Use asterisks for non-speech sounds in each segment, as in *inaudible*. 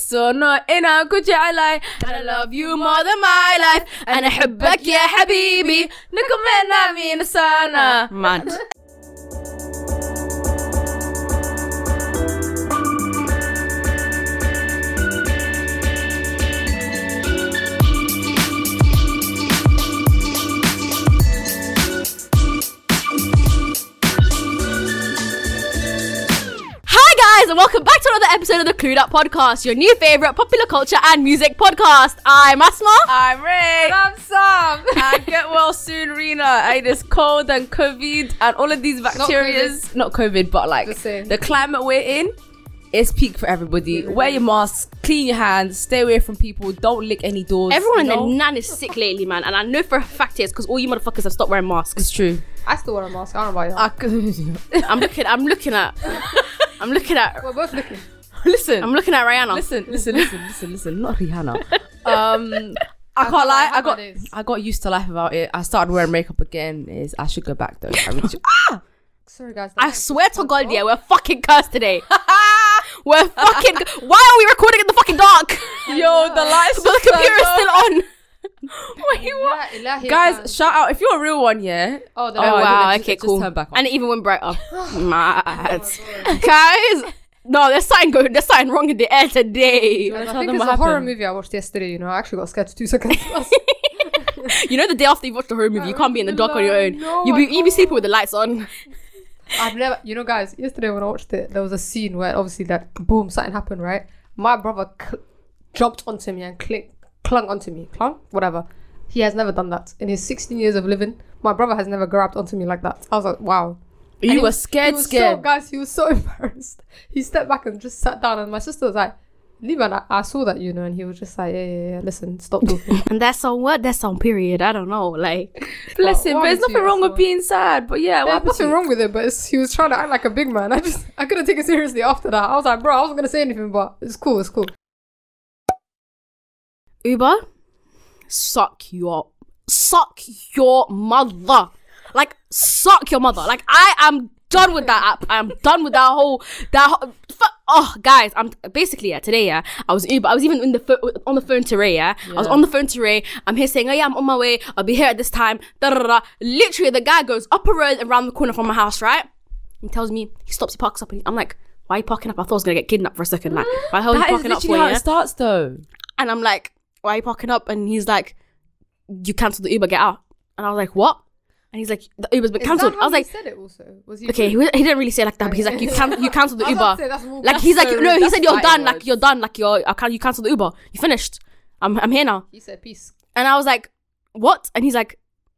أقصرنا أنا كنت علي I love you more than my life أنا أحبك يا حبيبي نكملنا من سنة Mad. Hi guys and welcome back to another episode of the Clued Up Podcast, your new favourite popular culture and music podcast. I'm Asma. I'm Ray. *laughs* I'm Sam. And get well soon, Rena. It is cold and COVID and all of these bacterias. Not COVID, but like The same. the climate we're in. It's peak for everybody. Wear your mask, clean your hands, stay away from people, don't lick any doors. Everyone you know? in the nan is sick lately, man, and I know for a fact it's because all you motherfuckers have stopped wearing masks. It's true. I still wear a mask. I don't know about you. I c- I'm looking. I'm looking at. I'm looking at. We're both looking. *laughs* listen, I'm looking at Rihanna. listen, listen, listen, listen, listen. Not Rihanna. *laughs* Um, I can't lie. I I have my got days. I got used to life without it. I started wearing makeup again. Is I should go back *laughs* though. I really should. Sorry, guys. I swear to God, yeah, we're fucking cursed *laughs* today. we're fucking. Why are we recording in the fucking dark? Yo, *laughs* the lights. the computer is still on. Wait, what? what? Guys, shout out if you're a real one, yeah. Oh, the Oh, oh, I wow, did, it just- okay, it just cool. turned back on. And it even went *sighs* brighter. Mad. Guys, no, there's something going, there's something wrong in the air today. I tell think them it's a what horror happened? movie I watched yesterday. You know, I actually got scared for two seconds. *laughs* You know, the day after you watch the horror movie, you can't be in the dark on your own. No, you I be you be sleeping with the lights on. I've never, you know, guys. Yesterday when I watched it, there was a scene where obviously that boom something happened, right? My brother cl- jumped onto me and clink, clung onto me, clung, whatever. He has never done that in his 16 years of living. My brother has never grabbed onto me like that. I was like, wow. You And he were was- he scared, was So, scared. guys, he was so *laughs* embarrassed. He stepped back and just sat down, and my sister was like, "Leave." And I, I saw that, you know, and he was just like, "Yeah, yeah, yeah. Listen, stop talking." And that's on what? That's on period. I don't know. Like, Bless him. Why But there's would nothing you wrong also- with being sad. But yeah, what There's happened to nothing you? wrong with it, but it's, he was trying to act like a big man. I just, I couldn't take it seriously after that. I was like, "Bro, I wasn't gonna say anything, but it's cool, it's cool." Uber, suck your suck your mother. Like suck your mother. Like I am done with that app. I'm done with that whole that. Whole, fu- oh, guys, I'm basically yeah. Today, yeah, I was in Uber. I was even in the pho- on the phone to Ray. Yeah? I was on the phone to Ray. I'm here saying, oh yeah, I'm on my way. I'll be here at this time. Da da da. Literally, the guy goes up a road around the corner from my house. Right? He tells me he stops. He parks up. And he, I'm like. Why are you parking up? I thought I was gonna get kidnapped for a second. Like, why the hell are you That is parking up for? literally how yeah? it starts, though. And I'm like, why are you parking up? And he's like, you cancelled the Uber, get out. And I was like, what? And he's like, the Uber's been Is that cancelled. I was how he like, "Said it also." Was he okay, he, rude? he didn't really say it like that, but he's like, you can you cancelled the *laughs* I was about Uber. to say, that's rude. like he's That's like, so no, rude. he That's said you're fighting done. Like words. you're done. Like you're, I can't. You cancelled the Uber. You finished. I'm I'm here now. He said, "Peace." And I was like, what? And he's like,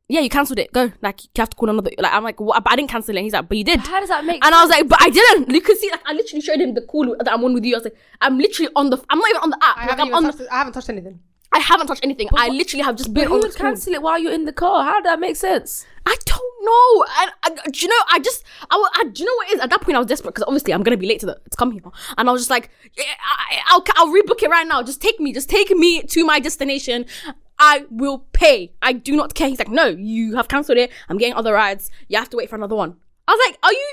yeah, you cancelled it. Go. Like you have to call another. Like I'm like, what? But I didn't cancel it. And he's like, but you did. How does that make And I was like, but I didn't. You can see, like, I literally showed him the call that I'm on with you. I was like, I'm literally on the. I'm not even on the app. I like haven't, I'm even on. touched, I haven't touched anything. I haven't touched anything. I literally have just been Who on the would screen. cancel it while you're in the car? How did that make sense? I don't know. I, I, do you know? I just, I, wa- I- do you know what it is? At that point, I was desperate because obviously I'm gonna be late to the. It's come here, and I was just like, yeah, I, I'll, I'll rebook it right now. Just take me, just take me to my destination. I will pay. I do not care. He's like, no, you have cancelled it. I'm getting other rides. You have to wait for another one. I was like, are you,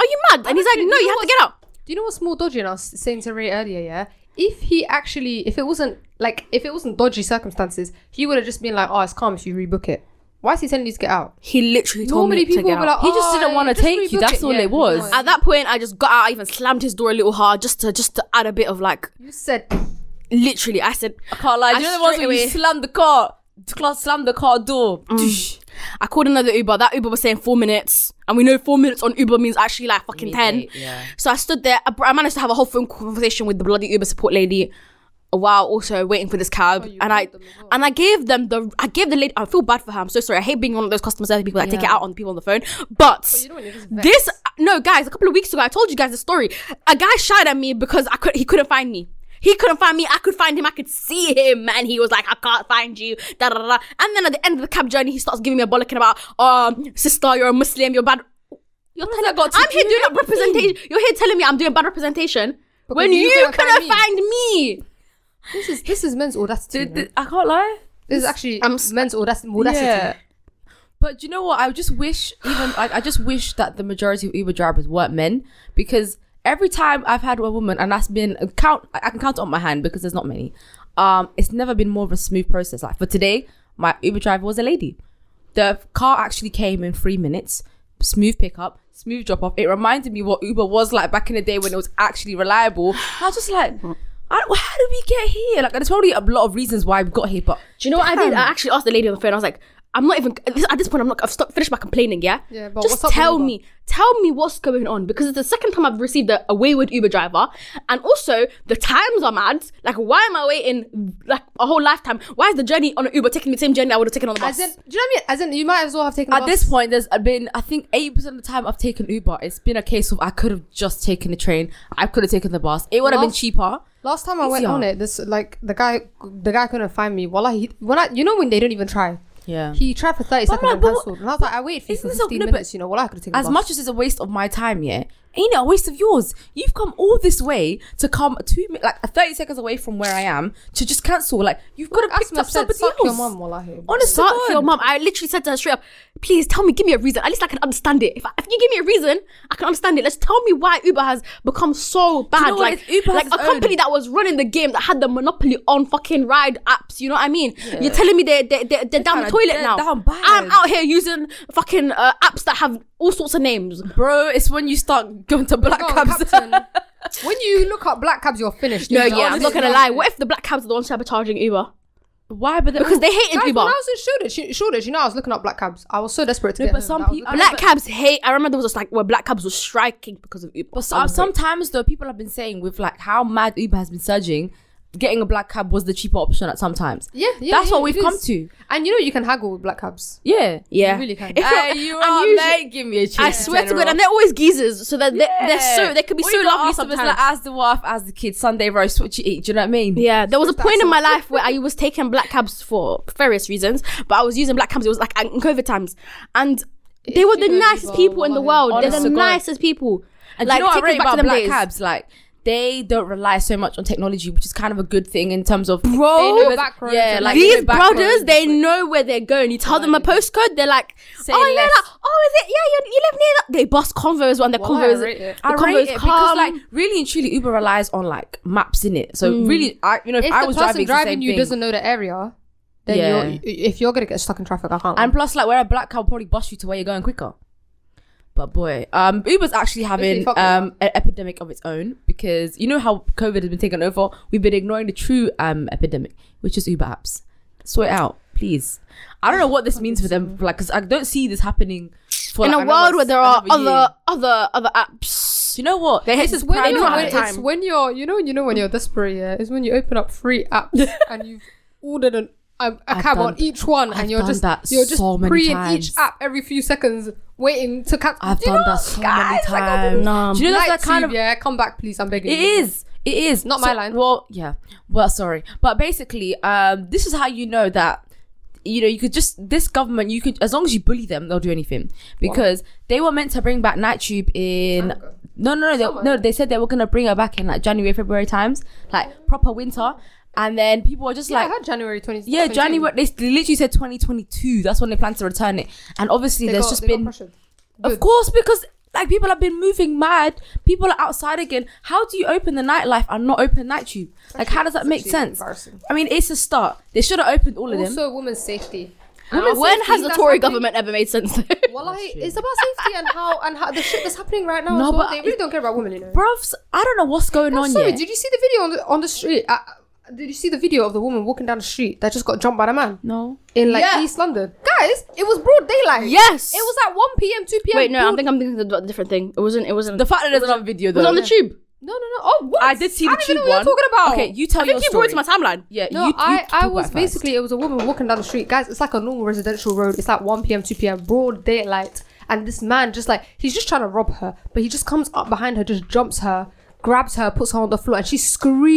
are you mad? And he's like, no, you have to get out. Do you know what's more dodgy? And I was saying to Ray earlier, yeah. If he actually, if it wasn't like, if it wasn't dodgy circumstances, he would have just been like, "Oh, it's calm if you rebook it." Why is he telling you to get out? He literally told me Normally to people get will out. be like, He just "Oh, didn't wanna just take you, rebook that's all it was. no. At that point, I just got out. I even slammed his door a little hard just to just to add a bit of like. you said, Literally, I said I can't lie. I Do you know the ones straight where you away- slam the car, cl- slam the car door? Tsh. I called another Uber. That Uber was saying four minutes, and we know four minutes on Uber means actually like fucking Mean ten. eight, yeah. So I stood there. I, br- I managed to have a whole phone conversation with the bloody Uber support lady, while also waiting for this cab. Oh, you and I called them as well. and I gave them the I gave the lady. I feel bad for her. I'm so sorry. I hate being one of those customer service people that take it Yeah. out on people on the phone. But, you know when you're just vexed. this no guys. A couple of weeks ago, I told you guys the story. A guy shied at me because I could he couldn't find me. He couldn't find me. I could find him. I could see him, and he was like, "I can't find you." Da da da. da. And then at the end of the cab journey, he starts giving me a bollocking about, "Um, sister, you're a Muslim. You're bad." You're telling that got to I'm do here with doing up representation. You're here telling me I'm doing bad representation when you, you couldn't find couldn't me. find me. "This is this is men's audacity. you Did- know? did- I can't lie. This is actually I'm s- men's audacity. audacity. But do you know what? I just wish even I, I just wish that the majority of Uber drivers weren't men because every time I've had a woman, and that's been a count. I I can count it on my hand because there's not many. Um, it's never been more of a smooth process. Like for today, my Uber driver was a lady. The car actually came in three minutes. Smooth pickup, smooth drop off. It reminded me what Uber was like back in the day when it was actually reliable. I was just like, I don't- how did we get here? Like, there's probably a lot of reasons why we got here, but Do you know what I did? I actually asked the lady on the phone. I was like, I'm not even this- at this point. I'm not. I've stopped. Finished my complaining. Yeah. Yeah, but just what's up with tell Uber? me, tell me what's going on because it's the second time I've received a, a wayward Uber driver, and also the times are mad. Like, why am I waiting like a whole lifetime? Why is the journey on an Uber taking me the same journey I would have taken on the bus? As in, do you know what I mean? As in, you might as well have taken. the At this bus. point, there's been I think eighty percent of the time I've taken Uber. It's been a case of I could have just taken the train. I could have taken the bus. It would have been Last- cheaper. Last time I went Easier. on it, this like the guy, the guy couldn't find me. Wallahi, he, when I, you know, when they don't even try. Yeah. He tried for thirty But I'm seconds like, and but- cancelled, and I was like, I waited for you isn't for this a- fifteen no, but minutes. You know, well, I could have taken As the bus. much as it's a waste of my time, yeah, ain't it a waste of yours? You've come all this way to come two mi- like thirty seconds away from where I am to just cancel. Like you've got to Asma pick up said, somebody "Suck else. your mum, wallahi. Honest to Suck God. your mum. I literally said to her straight up, please tell me, give me a reason. At least I can understand it. If, I, if you give me a reason, I can understand it. Let's tell me why Uber has become so bad. know what? like It's- Uber has like a its own- company that was running the game that had the monopoly on fucking ride apps. You know what I mean? You're telling me they're, they're, they're, they're down the kinda toilet dead now. down bad. I'm out here using fucking uh, apps that have all sorts of names. Bro, it's when you start going to black Go on, cabs. Captain. *laughs* when you look up black cabs, you're finished. No, dude. yeah, I'm Honestly, not gonna no. lie. What if the black cabs are the ones sabotaging Uber? *laughs* Why? But Because they hated Guys, when Uber. I was in Shoreditch, you- Shoreditch, you know, I was looking up black cabs. I was so desperate to No, get but home. some That was people- the- Black cabs hate. I remember there was just like where black cabs were striking because of Uber. But so, uh, sometimes though, people have been saying with like how mad Uber has been surging, getting a black cab was the cheaper option at sometimes. Yeah, yeah, that's yeah, what we've it come is. to. and you know, you can haggle with black cabs. Yeah, Yeah, You really can. If you're- *laughs* and usually- Give me a chance. I swear to God, and they're always geezers, so that they, they're so they could be so lovely sometimes. Like, as the wife, as the kid, Sunday roast, what you eat. Do you know what I mean? yeah, there was a Just point in my accent. life where I was taking black cabs for various reasons, but I was using black cabs. It was like in COVID times, and they were the Uber, nicest Uber, people in the Wallahi. world. They're Honest the to God. nicest people. And like, you know what I take us rate back to about them black days. cabs? Like they don't rely so much on technology, which is kind of a good thing in terms of Bro, They know back roads Oh, yeah, and like These they know back brothers, roads. they know where they're going. You tell them a postcode, they're like, Say "Oh yeah, less. like, oh is it? Yeah, you, you live near that." They bust convos and their Well, I convos, rate the it. I rate convos it calm. because um, like really and truly Uber relies on like maps in it. So really, I you know if, If I the was person driving, driving, it's the same you thing. doesn't know the area, then Yeah. you're, if you're gonna get stuck in traffic, I can't. And plus, like where a black car will probably bust you to where you're going quicker. But boy, um, Uber's actually Literally having fuck um, an epidemic of its own because you know how COVID has been taken over. We've been ignoring the true um, epidemic, which is Uber apps. Sort it out, please. I don't know what this means for them, like, because I don't see this happening for in like, a another world s- where there are another year. other other other apps. Do you know what? They This hate to is spread prime it you know, don't have when, time. the it's time. when you're, you know, you know when you're desperate. Yeah, is when you open up three apps and you've ordered an, a, a I've cab on done- each one, I've and you're done just that you're just so many pre each times. app every few seconds, waiting to catch. I've Do you done know, that so guys, many like, I times. Nah. Do you know Light that kind tube, of yeah, come back, please. I'm begging. It you. is. It is. Not my line. Well, yeah. Well, sorry. But basically, um, this is how you know that you know you could just this government you could as long as you bully them they'll do anything because they were meant to bring back night tube in Time ago. no no no they, no they said they were gonna bring her back in like January February times like proper winter and then people were just Yeah, I like heard January 20. yeah January they literally said 2022 that's when they plan to return it and obviously They there's got- just they got been pressured. of Good. course, because like people have been moving mad. People are outside again. How do you open the nightlife and not open night tube? Like, how does that it's make actually sense? embarrassing. I mean, it's a start. They should have opened all of them. Also, women's safety. Women's When safety, has the that's Tory happening. government ever made sense? though? Wallahi, it's about safety and how and how the shit that's happening right now. No, No, but- but they really don't care about women, you know. Bruvs, I don't know what's going on Sorry, yet. did you see the video on the, on the street? Uh, uh, did you see the video of the woman walking down the street that just got jumped by the man no. in like Yeah. East London? Guys, it was broad daylight. Yes. it was at one p.m., two *laughs* p.m. Wait, no, broad- I think I'm thinking of a different thing. It wasn't. It wasn't. The fact that there's another video it was though. on the tube. no, no, no. Oh, what? I did see the don't tube even know what one. you're talking about. Okay, you tell I think your you brought it story. to my timeline. yeah, No, you, you I, talk I about was it first. basically it was a woman walking down the street, guys. It's like a normal residential road. It's like one p.m., two p.m., broad daylight, and this man just like he's just trying to rob her, but he just comes up behind her, just jumps her, grabs her, puts her on the floor, and she's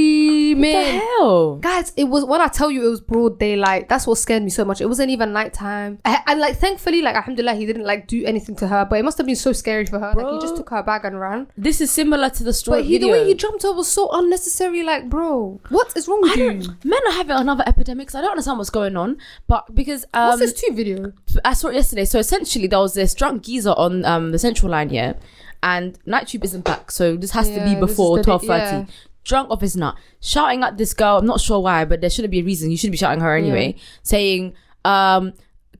screaming. What the hell. Guys, it was when I tell you it was broad daylight. That's what scared me so much. It wasn't even nighttime. A- And like, thankfully, like, alhamdulillah, he didn't like do anything to her. But it must have been so scary for her. Like, he just Bro. took her bag and ran. This is similar to the story. But he, the video. way he jumped her was so unnecessary. Like, bro, what is wrong with I you? don't. Men are having another epidemic. So I don't understand what's going on. But because um, What's this two video? I saw it yesterday. So essentially, there was this drunk geezer on um, the central line, yeah, and night tube isn't back, so this has to Yeah, be this is before the day- twelve thirty. yeah. Drunk off his nut, shouting at this girl. I'm not sure why, but there shouldn't be a reason. You shouldn't be shouting at her anyway. Saying, um,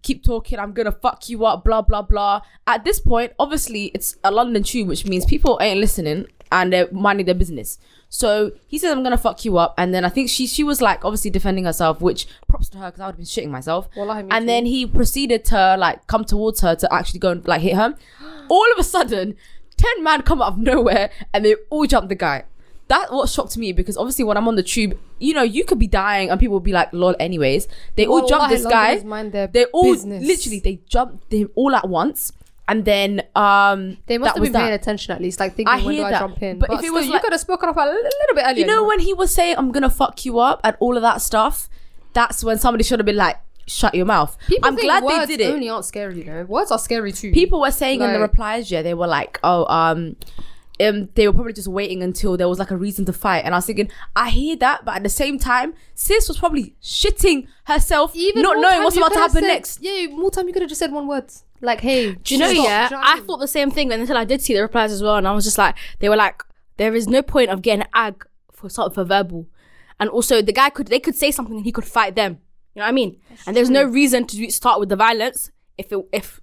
keep talking. I'm gonna fuck you up. Blah blah blah. At this point, obviously, it's a London tube, which means people ain't listening and they're minding their business. So he says, "I'm gonna fuck you up," and then I think she she was like obviously defending herself, which props to her because I would have been shitting myself. Wallahi, me and too. then he proceeded to like come towards her to actually go and like hit *gasps* her. All of a sudden, ten men come out of nowhere and they all jump the guy. That what shocked me because obviously when I'm on the tube, you know, you could be dying and people will be like, "Lol." Anyways, they all jump Wallahi, this London guy is mind their they all business. literally they jumped him all at once and then um They must that have was been that. paying attention at least, like thinking I when hear do that, I jump in. but if it was like- still, you could have spoken off a little bit earlier. you know when he was saying i'm gonna fuck you up and all of that stuff that's when somebody should have been like shut your mouth People i'm think glad they words did it Only aren't scary, you know. Words are scary too. people were saying in the Like- replies yeah they were like oh um um, they were probably just waiting until there was like a reason to fight, and I was thinking, I hear that, but at the same time, sis was probably shitting herself, not more knowing time what's you about to could have happen said- next. Yeah, more time you could have just said one word, like "Hey." Do you know? stop yeah, I driving. thought the same thing until I did see the replies as well, and I was just like, they were like, there is no point of getting ag for something for verbal, and also the guy could they could say something and he could fight them. You know what I mean? and there's no reason to do- start with the violence if it if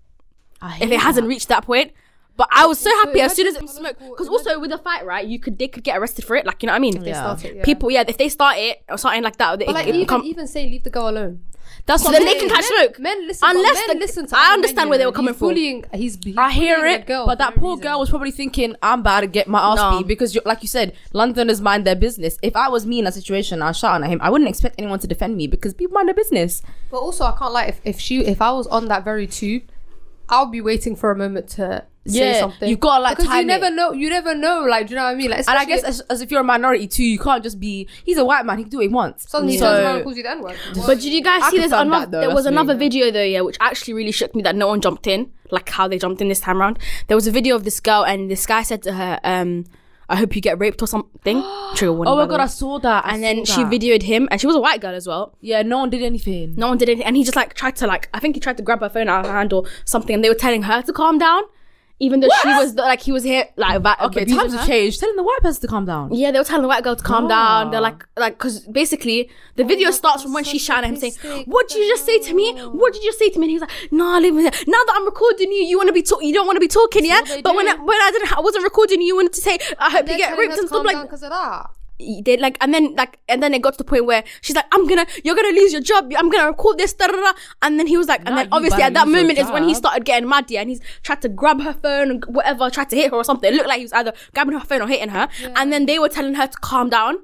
I if hear it hasn't that. reached that point. But I was so also, happy as soon as it imagine was smoke political- because also with a fight, right? You could they could get arrested for it, like you know what I mean? They Yeah. started, yeah. People, yeah, if they start it or something like that, or they, But like it even, become- even say leave the girl alone. that's so what then I'm they saying. can catch men, look. Men listen. but Unless men the- listen to I other men, understand you where they know. were coming he's from. Bullying, he's, he's I hear bullying a it, girl but for that no poor reason. girl was probably thinking, "I'm about to get my ass No. beat," because, you like you said, London is mind their business. If I was me in that situation, I was shouting at him. I wouldn't expect anyone to defend me because people mind their business. But also, I can't lie. If, if she, if I was on that very tube, I'll be waiting for a moment to Yeah, say something. you gotta, like, because you time never it. know. You never know. Like, do you know what I mean? Like, And I guess especially as, as if you're a minority too, you can't just be. He's a white man; he can do what he wants. if suddenly he So- turns around and calls you the N word. But did you guys I see this? confirm Another, that though, there was that's me. another video though, yeah, which actually really shook me that no one jumped in, like how they jumped in this time round. There was a video of this girl, and this guy said to her, um, "I hope you get raped or something." *gasps* Trigger warning. oh my by the god, way. I saw that. I and then saw she that. videoed him, and she was a white girl as well. Yeah, no one did anything. No one did anything, and he just like tried to like I think he tried to grab her phone out of her hand or something, and they were telling her to calm down, even though she was the, like he was here like va- okay, abusing times her. have changed. Telling the white person to calm down. Yeah, they were telling the white girl to calm Ah. down. They're like, like, because basically the video God, starts from when Oh, that's she's such a shouting at him saying, mistake, "What did you just say to me? What did you just say to me?" And he was like, "Nah, leave me there. Now that I'm recording you, you want to be talking. You don't want to be talking, yeah. what they But when I, do. when I didn't, I wasn't recording you. You wanted to say, I hope you They're get telling raped her to and stuff calm like down 'cause of that. they like and then like and then it got to the point where she's like i'm gonna you're gonna lose your job i'm gonna record this da, da, da. and then he was like and Not then you obviously gonna at that lose your moment is when he job. started getting mad yeah and he's tried to grab her phone and whatever tried to hit her or something it looked like he was either grabbing her phone or hitting her and then they were telling her to calm down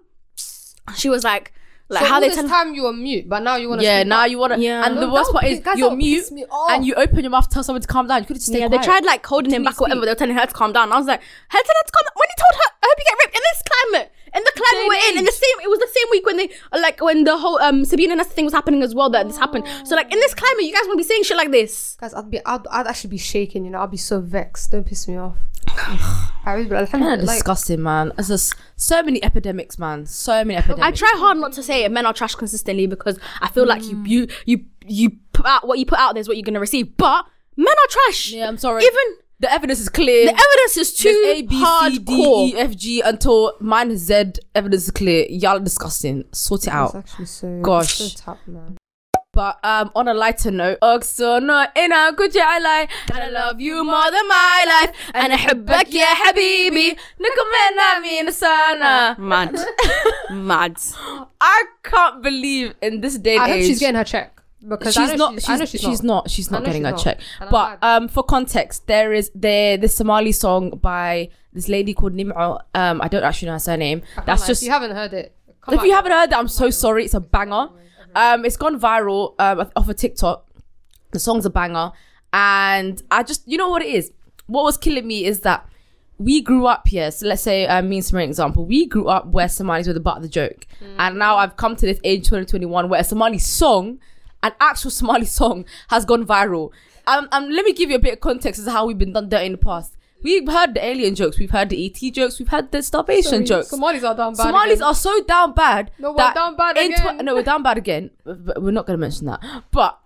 she was like like So how all they this tell time you were mute, but now you want to. Yeah, now you wanna. Yeah. And the No, worst that part would is piss- guys, that you're would mute piss me off. and you open your mouth, tell someone to calm down. You could have just stayed yeah, quiet. they tried like holding him Didn't back or whatever. speak. They were telling her to calm down. And I was like, her telling her to calm down. When he told her, I hope you get raped in this climate, in the climate Day we're in, in and the same. It was the same week when they like when the whole um Sabina Nesta thing was happening as well that this happened. So like in this climate, you guys want to be saying shit like this. Guys, I'd be, I'd, I'd actually be shaking. You know, I'd be so vexed. Don't piss me *sighs* off. I really, Kinda alhamdulillah, like, disgusting, man. It's just so many epidemics, man. So many epidemics. I try hard not to say it. Men are trash consistently because I feel like you you Mm. you you put out what you put out there is what you're gonna receive. But men are trash. Yeah, I'm sorry. Even the evidence is clear. the evidence is too There's A, B, hardcore. C, D, E, F, G until mine is Z. Evidence is clear. Y'all are disgusting. Sort it it's out. actually so Gosh. so tough, man. But um, on a lighter note, أقصى إنا كنت علي I love you more than my life أنا أحبك يا حبيبي نكملنا من سنة Mad, *laughs* mad. I can't believe in this day and I hope age. she's getting her check because I She's know not. She's, She's, I know she's, not. not. She's I not know getting she's her not. check. And I'm But mad. um, for context, there is there this Somali song by this lady called Nim'a. Um, I don't actually know her surname. That's Like, just if you haven't heard it. Come if on. you haven't heard that, I'm so sorry. It's a banger. Um, it's gone viral um, off of TikTok. The song's a banger, and I just you know what it is. What was killing me is that we grew up here. So let's say uh, me and Samari example. We grew up where Somalis were the butt of the joke, Hmm. and now I've come to this age 2021 where a Somali song, an actual *laughs* Somali song, has gone viral. Um, um, let me give you a bit of context as to how we've been done dirty in the past. We've heard the alien jokes, we've heard the ET jokes, we've had the starvation Sorry, jokes. Somalis are down bad. Somalis again. are so down bad. No, we're that down bad in again. no, we're down bad again. But *laughs* we're not going to mention that. But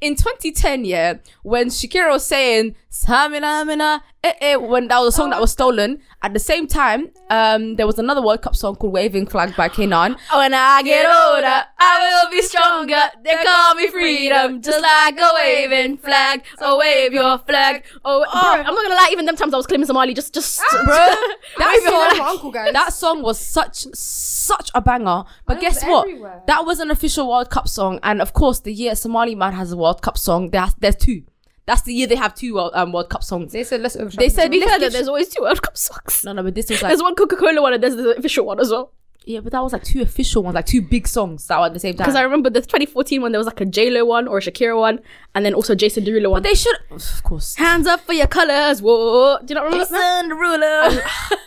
in 2010, yeah, when Shakira was saying "Samina Mina," eh, eh, when that was a song Oh. that was stolen. At the same time, um, there was another World Cup song called "Waving Flag" by *laughs* Kenan. When I get older, I will be stronger. They call me freedom, just like a waving flag. So wave your flag. Oh, Ah, I'm not gonna lie. Even them times I was claiming Somali, just, just, bro. That Maybe song, I'm my uncle, guys. that song was such such a banger. But it guess was what? everywhere. That was an official World Cup song, and of course, the year Somaliland has a World Cup song, there there's two. That's the year they have two World, um, World Cup songs. They said let's overshine. They said We let's said that give- there's always two World Cup songs. no, no, but this was like There's one Coca-Cola one and there's the official one as well. yeah, but that was like two official ones, like two big songs that were at the same time. Because I remember the 2014 one, there was like a JLo one or a Shakira one, and then also Jason Derulo one. but they should, of course. Hands up for your colors, whoa. Do you not remember that? Jason Derulo.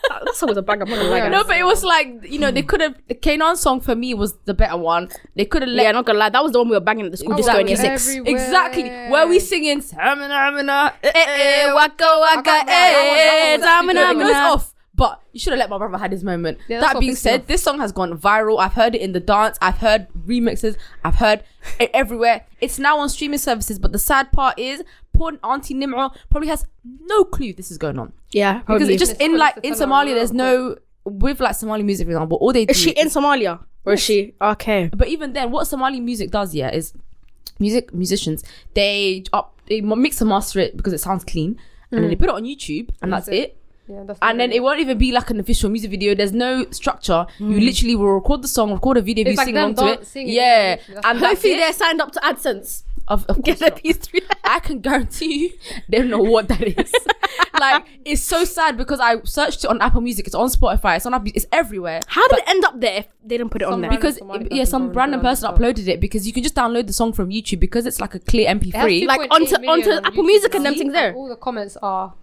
That that song was a banger. I'm not gonna lie, *laughs* guys. no, but it was like you know they could have the Kanon song for me was the better one. They could have let yeah, not gonna lie, that was the one we were banging at the school Oh, disco in that year was six. everywhere. exactly where we singing. "Samina, mina, eh, eh, eh, waka waka, eh, No, Nah, it nah, goes off. But you should have let my brother had his moment. Yeah, that's that what being pissed me said, off. this song has gone viral. I've heard it in the dance. I've heard remixes. I've heard it everywhere. It's now on streaming services. But the sad part is, poor Auntie Nimra probably has no clue this is going on Yeah, because probably. it's just It's in probably like the in turn Somalia. around, There's no with like Somali music, for example. All they do Is she in Somalia? Or is she okay? but even then, what Somali music does, yeah, is music musicians they up they mix and master it because it sounds clean, and Mm. then they put it on YouTube, and that's That's it. it. Yeah, that's and then it won't even be like an official music video. There's no structure. You literally will record the song, record a video, Mm. It's you like sing them along to it. dancing, yeah, it's literally- and that's Hopefully it. they're signed up to AdSense. Of, of course Get the not. P3. I can guarantee you, they don't know what that *laughs* is. like it's so sad because I searched it on Apple Music. It's on Spotify. It's on Apple. It's everywhere. How did it end up there if they didn't put it on Some there? random Because Somali it- person yeah, some probably random downloaded person it. uploaded it because you can just download the song from YouTube because it's like a clear MP3. It has Like, 2.8 onto- million onto on Apple YouTube Music and now. them things there. All the comments are.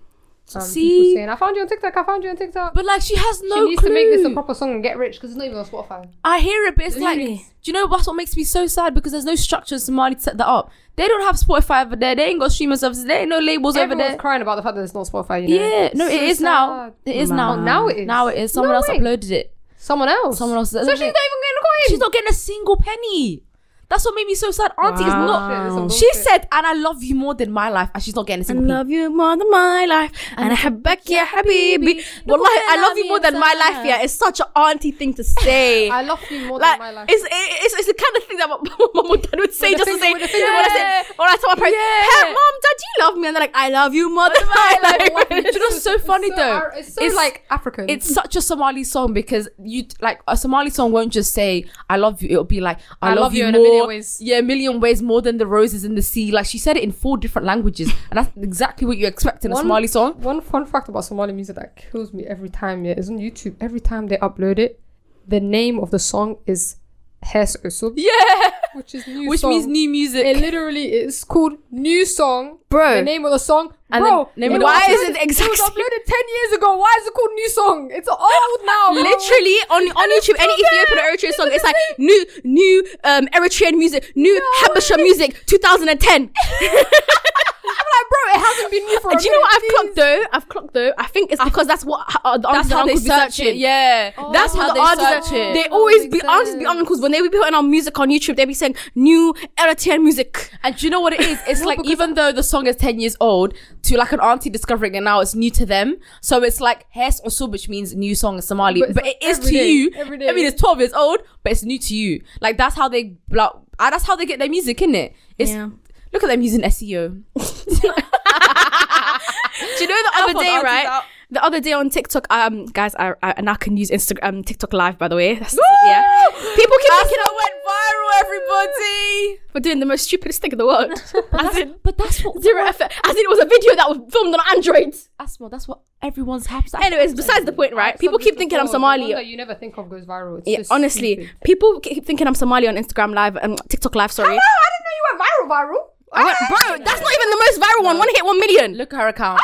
Um, See? people saying, I found you on TikTok. I found you on TikTok. But like she has she no needs clue. to make this a proper song and get rich because it's not even on Spotify. I hear it, but it's like, do Really? you know that's what makes me so sad? Because there's no structure in Somali to set that up. They don't have Spotify over there. They ain't got streaming services. They ain't no labels Everyone's over there. crying about the fact that it's not Spotify. You know? Yeah, no, it So is now. sad. It is Oh, now. now it is. Now it is. Someone No else way. uploaded it. Someone else. Someone else. So she's not even getting a coin. She's not getting a single penny. That's what made me so sad. Auntie Wow. is not. Shit, this is some She bullshit. said, "And I love you more than my life," and she's not getting a I single penny. love you more than my life, and I habak ya habibi. Wallahi, I love you more than my life. Yeah, it's such an auntie thing to *laughs* say. I love you more like than my life. *laughs* it's, it's it's the kind of thing that my *laughs* my mom or dad would say With just the to finger- say with the finger. when I say when I tell my parents, Yeah. hey mom, dad, do you love me? And they're like, I love you more than my life. *laughs* Do you know what's so It's funny so though? ar- It's so like African. it's such a Somali song because you like a Somali song won't just say "I love you." It'll be like "I, love, you" in a more, million ways." yeah, a million ways more than the roses in the sea. Like she said it in four different languages, *laughs* and that's exactly what you expect in a One- Somali song. One fun fact about Somali music that kills me every time, yeah, is on YouTube. Every time they upload it, the name of the song is Hes Usub, Yeah, *laughs* which is new which song. means new music. It literally is called new song. Bro. the name of the song. And Bro, then name it of the was Why is uploaded- it exactly It was uploaded ten years ago. Why is it called new song? It's old now. bro. Literally on on YouTube, any Ethiopian or Eritrean song, it's like new new um Eritrean music, new Habesha music, 2010. I'm like, bro, it hasn't been new for. a Do you know what I've minute, clocked though? I've clocked though. I think it's because that's what uh, the that's aunties and how they uncles be search searching. it. Oh. Yeah, That's how, how the they artists search are- it. They That always be makes artists, be sense. uncles. When they be putting on music on YouTube, they be saying new Eritrean music. And do you know what it *laughs* is? It's like because- even though the song is ten years old, to like an auntie discovering it now, it's new to them. So it's like Hes or Sub, which means new song in Somali, But but, it's like it is to every day, you. every I mean, day. it's twelve years old, but it's new to you. Like that's how they like, ah, that's how they get their music, isn't it? It's Yeah. look at them using E *laughs* SEO. Do you know the Help other us day, answer right? that. The other day on TikTok, um, guys, I, I and I can use Instagram, um, TikTok Live, by the way. That's, yeah, people keep That's making what up went viral, everybody. for doing the most stupidest thing in *laughs* the world. As in But that's what zero effort. As in it was a video that was filmed on Android. Asma. That's what everyone's happy. Anyways, besides the point, right? I've People said keep this thinking I'm before, the one Somali. that you never think of goes viral. It's Yeah, just honestly, stupid. people keep thinking I'm Somali on Instagram Live and TikTok Live. Sorry. I didn't know you went viral. Viral. I went, bro, that's not even the most viral one. One hit, one million. Look at her account.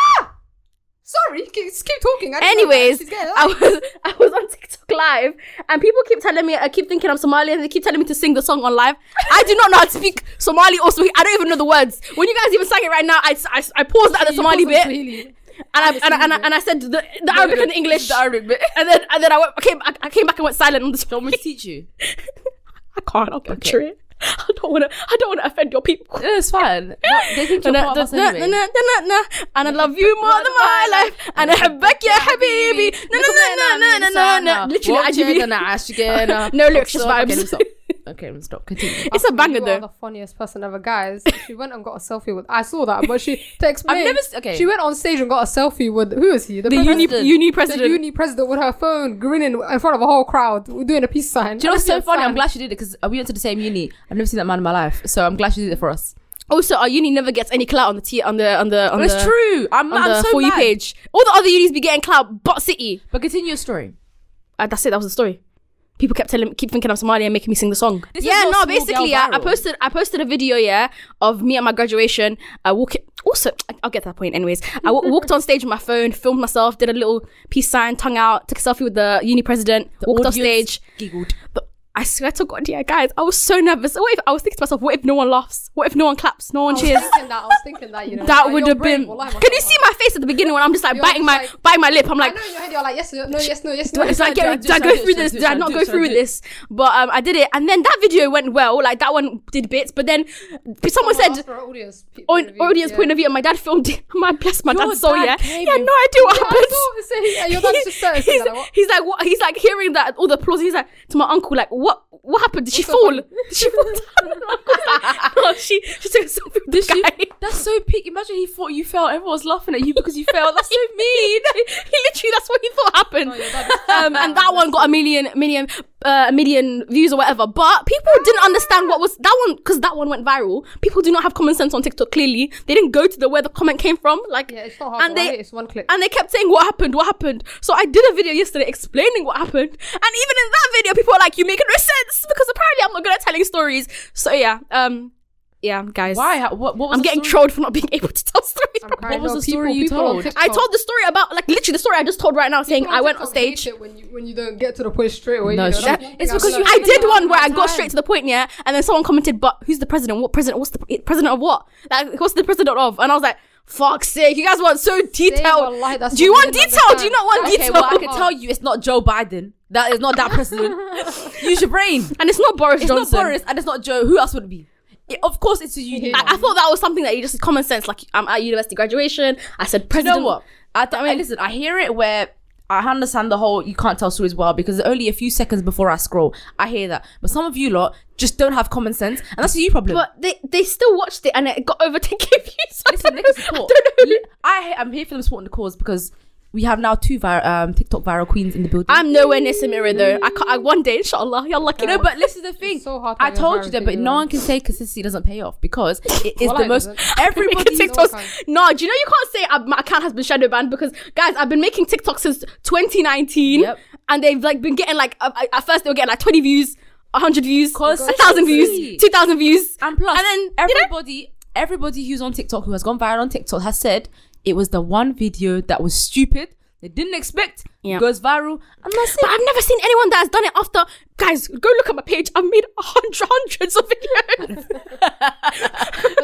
Sorry, keep, just keep talking. I didn't know that. Anyways, uh, She's getting I was *laughs* I was on TikTok live and people keep telling me I keep thinking I'm Somali and they keep telling me to sing the song on live. I do not know how to speak Somali or Swahili. I don't even know the words. When you guys even sang it right now, I, I, I paused at the Somali bit and Really. I and I, and I, and I said the, the Arabic and the English. The Arabic bit. And then and then I went, I came I, I came back and went silent on the Don't Somali. want me to teach you. *laughs* I can't. I'll butcher it. I don't don't wanna I don't wanna offend your people. *laughs* No, it's *laughs* fine. That- they think you're And I, part of us anyway. and I love you more than my life. And I have back ya habibi. No, no, no, no, no, no, no, no. Literally, I Literally, give you. *laughs* I No lyrics, just Okay, vibes. let me stop. Okay, let me stop. *laughs* Continue. It's a You banger are though. The funniest person ever, guys. She went and got a selfie with. I saw that, but she to explain. never s- okay. She went on stage and got a selfie with who is he? The uni, president. uni the president. uni president with her phone, grinning in front of a whole crowd, doing a peace sign. Do you know what's so Peace funny? I'm sign. glad she did it because we went to the same uni. I've never seen that man in my life, so I'm glad she did it for us. Also, our uni never gets any clout on the t on the on the on But the, it's true. I'm, on I'm the so for you mad. page. All the other unis be getting clout, but City. But continue your story. Uh, that's it. That was the story. People kept telling, keep thinking I'm Somali and making me sing the song. This is yeah, not no, small girl basically, uh, I, I viral. posted, I posted a video, yeah, of me at my graduation. I walk. Also, I- I'll get to that point, anyways. I w- walked on stage with my phone, filmed myself, did a little peace sign, tongue out, took a selfie with the uni president, The walked off audience stage. Giggled. But I swear to God, yeah, guys, I was so nervous. What if I was thinking to myself, what if no one laughs? What if no one claps? No one I cheers? was thinking that. I was thinking that. Oh, *laughs* You know, That Like, would you're have brave, been. wallahi, Can you mashallah. see my face at the beginning when I'm just like You're biting my just biting my lip? I'm I like, know in your head you're like yes, no, no, yes, *laughs* no, yes, do no. I, do do I, I get, do- did should I I go do- through should I this? do- Did I should I not do- go should I through with do? this? But um, I did it, and then that video went well. Like that one did bits, but then but someone Ask said for an audience, pe- on point of view, audience yeah. point of view, and my dad filmed it. *laughs* My bless my Your dad so dad yeah, came he had in- no idea what Yeah, I happened. saw- so he- *laughs* your dad's just saying, he's, like, what? he's like what he's like hearing that all the applause he's like to my uncle like what what happened did she What's so fall *laughs* funny? did she fall down *laughs* And my uncle's like, no she she took herself with the Did she- guy That's so peak. Imagine he thought you fell. Everyone was laughing at you because you *laughs* fell. *laughs* That's so mean. he literally that's what he thought happened Oh, your dad- um, and that one got a million, million, uh, a million views or whatever. But people didn't understand what was that one because that one went viral. People do not have common sense on TikTok. Clearly, they didn't go to the where the comment came from. Like, Yeah, it's not hard. And And they- it's one click. and they kept saying what happened, what happened. So I did a video yesterday explaining what happened, and even in that video, people were like, "You make no sense," because apparently I'm not good at telling stories. So yeah, um, yeah, guys, Why? How- What, what was I'm the getting story? trolled for not being *laughs* able to tell stories. I'm bro. What crying. was No, the story you people- people on told? I TikTok- told the story about like literally the story I just told right now, saying people I went on TikTok hate stage. it when you when you don't get to the point straight away. No, you know, it's that's just- one thing it's I've because you learned. I haven't did done one it where I one got time. straight to the point, yeah, and then someone commented, "But who's the president? What president? What's the pre- president of what? Like, what's the president of?" And I was like, "Fuck's sake, you guys want so detailed. wallahi, that's do you what want we didn't detail? Do you not want Okay, detail?" well, I *laughs* can tell you it's not Joe Biden. That is not that *laughs* president. Use your brain. and it's not Boris It's Johnson. not Boris and it's not Joe. Who else would it be? It- of course, it's *laughs* you. Yeah. I, I thought that was something that you just common sense. Like I'm at university graduation. I said you know president. what? I, th- I mean, listen, I hear it where I understand the whole you can't tell stories well because only a few seconds before I scroll, I hear that. But some of you lot just don't have common sense, and that's a you problem. But they they still watched it and it got over *laughs* 10k views. *laughs* I listen, don't they *laughs* know- can *laughs* I support. don't know. I am here for them supporting the cause because we have now two vir- um, TikTok viral queens in the building. I'm nowhere near Samira though. I can't. I, one day, inshallah, you're lucky. you know, No, but this is *laughs* the thing. so hard to I be told you that, embarrassing, but you no know. one can say consistency doesn't pay off *laughs* because it is Well, the I most. *laughs* doesn't. *laughs* Everybody making *laughs* all TikToks. Nah, do you know you can't say uh, my account has been shadow banned because guys, I've been making TikToks since 2019, Yep. and they've like been getting like uh, at first they were getting like 20 views, 100 views, Consistency. 1,000 views, 2,000 views, And plus, and then you know, everybody, everybody who's on TikTok who has gone viral on TikTok has said it was the one video that was stupid. They didn't expect Yeah. goes viral, and that's but it. I've never seen anyone that has done it after. Guys, go look at my page. I've made hundred, hundreds of videos. But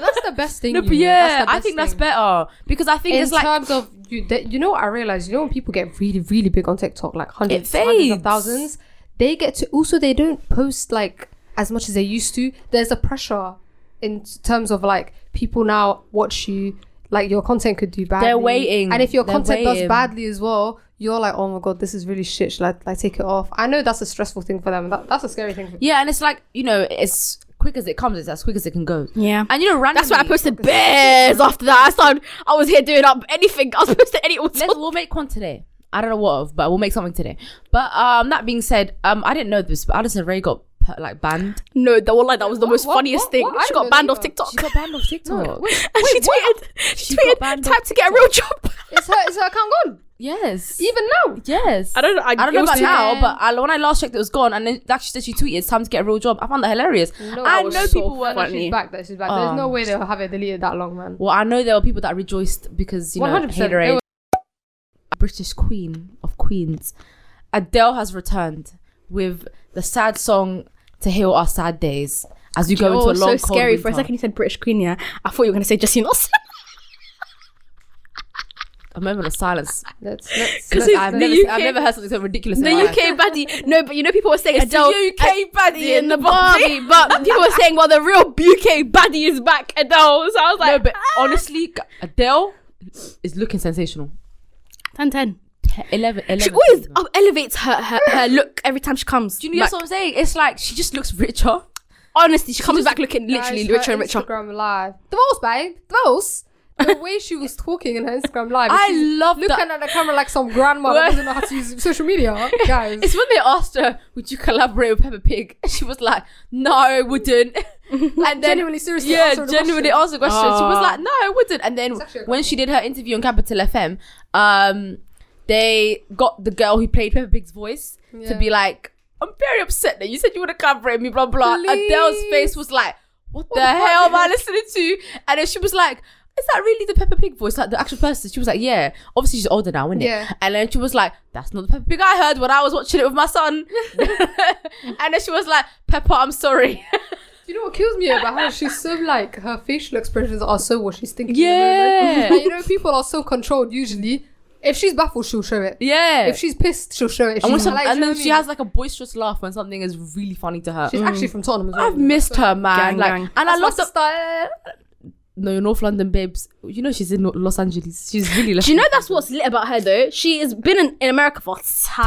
that's the best thing. No, but you know, yeah, the I best think that's thing. better because I think In it's like terms of you, that you know what I realized. You know when people get really, really big on TikTok, like hundreds, It hundreds fades. of thousands, they get to also they don't post like as much as they used to. There's a pressure in terms of like people now watch you, like your content could do badly. waiting. and if your They're content waiting. does badly as well, you're like, oh my god, this is really shit. Should I like take it off? I know that's a stressful thing for them. That, that's a scary thing. For yeah, and it's like you know, as quick as it comes, it's as quick as it can go. Yeah. and you know, randomly, That's why I posted bears after that. I started, I was here doing up anything. I was posting any all Let's, sorts. we'll make one today. I don't know what of, but we'll make something today. But um, that being said, um, I didn't know this, but Alison Ray got like banned. No, the one like that was the What? most What? funniest What? thing. What? I She didn't got know banned that off either. TikTok. She got banned off TikTok. *laughs* and she tweeted, she, got tweeted, banned time off to get a real job. It's her. It's her account gone. Yes. Even now. Yes. I don't know. I, I don't it know was about too- now, but I, when I last checked, it was gone. And then that she said she tweeted, "It's time to get a real job." I found that hilarious. No, I that know was so people were. funny. That she's back. That she's back. Um, There's no way they'll have it deleted that long, man. Well, I know there were people that rejoiced because you know 100%. Hater They a British Queen of Queens, Adele has returned with the sad song to heal our sad days as you go oh, into a long so cold scary. For a winter. second, you said British Queen. Yeah, I thought you were gonna say Justine Austin. a moment of silence. Let's let's. 'Cause let's he's I've *laughs* the never, UK I've never heard something so ridiculous. in The my life. UK baddie. No, but you know people were saying It's Adele the UK baddie in the Barbie, *laughs* but people were saying, well, the real UK baddie is back, Adele. So I was No, like, "Ah." but honestly, g- Adele is looking sensational. 10 10. 11, 11. She always up- elevates her, her her look every time she comes. Do you know that's Like, what I'm saying? It's like she just looks richer. honestly, she comes back looking literally Guys, her richer and richer. Instagram live. The most, babe. The most. *laughs* The way she was talking in her Instagram live. I she's love looking that. at the camera like some grandma that Well- doesn't know how to use social media, guys. *laughs* It's when they asked her, "Would you collaborate with Peppa Pig?" And she was like, "No, I wouldn't." and then genuinely, seriously. yeah, answer the genuinely question. answered the question. she was Ah. like, "No, I wouldn't." And then It's actually a when she did her interview on Capital FM, um, they got the girl who played Peppa Pig's voice to Yeah. be like, "I'm very upset that you said you want to collaborate with me." Blah blah. Adele's Please. face was like, "What, the the hell am *laughs* I fuck? listening to?" And then she was like. Is that really the Peppa Pig voice? Like the actual person? She was like, yeah. Obviously, she's older now, isn't it? Yeah. And then she was like, that's not the Peppa Pig I heard when I was watching it with my *laughs* son. *laughs* and then she was like, Peppa, I'm sorry. You know what kills me about her? She's so like her facial expressions are so what she's thinking. in the Yeah. moment. and you know people are so controlled usually. If she's baffled, she'll show it. *laughs* yeah. If she's pissed, she'll show it. If And, when she's some, like, and you know then what I she mean? has like a boisterous laugh when something is really funny to her. She's actually from Tottenham as well. I've missed her, man. Gang, like, gang. and I That's love the my style. no you're North London babes. You know she's in Lo- Los Angeles. *laughs* She's really. Do you know that's what's lit about her though? She has been in, in America for time.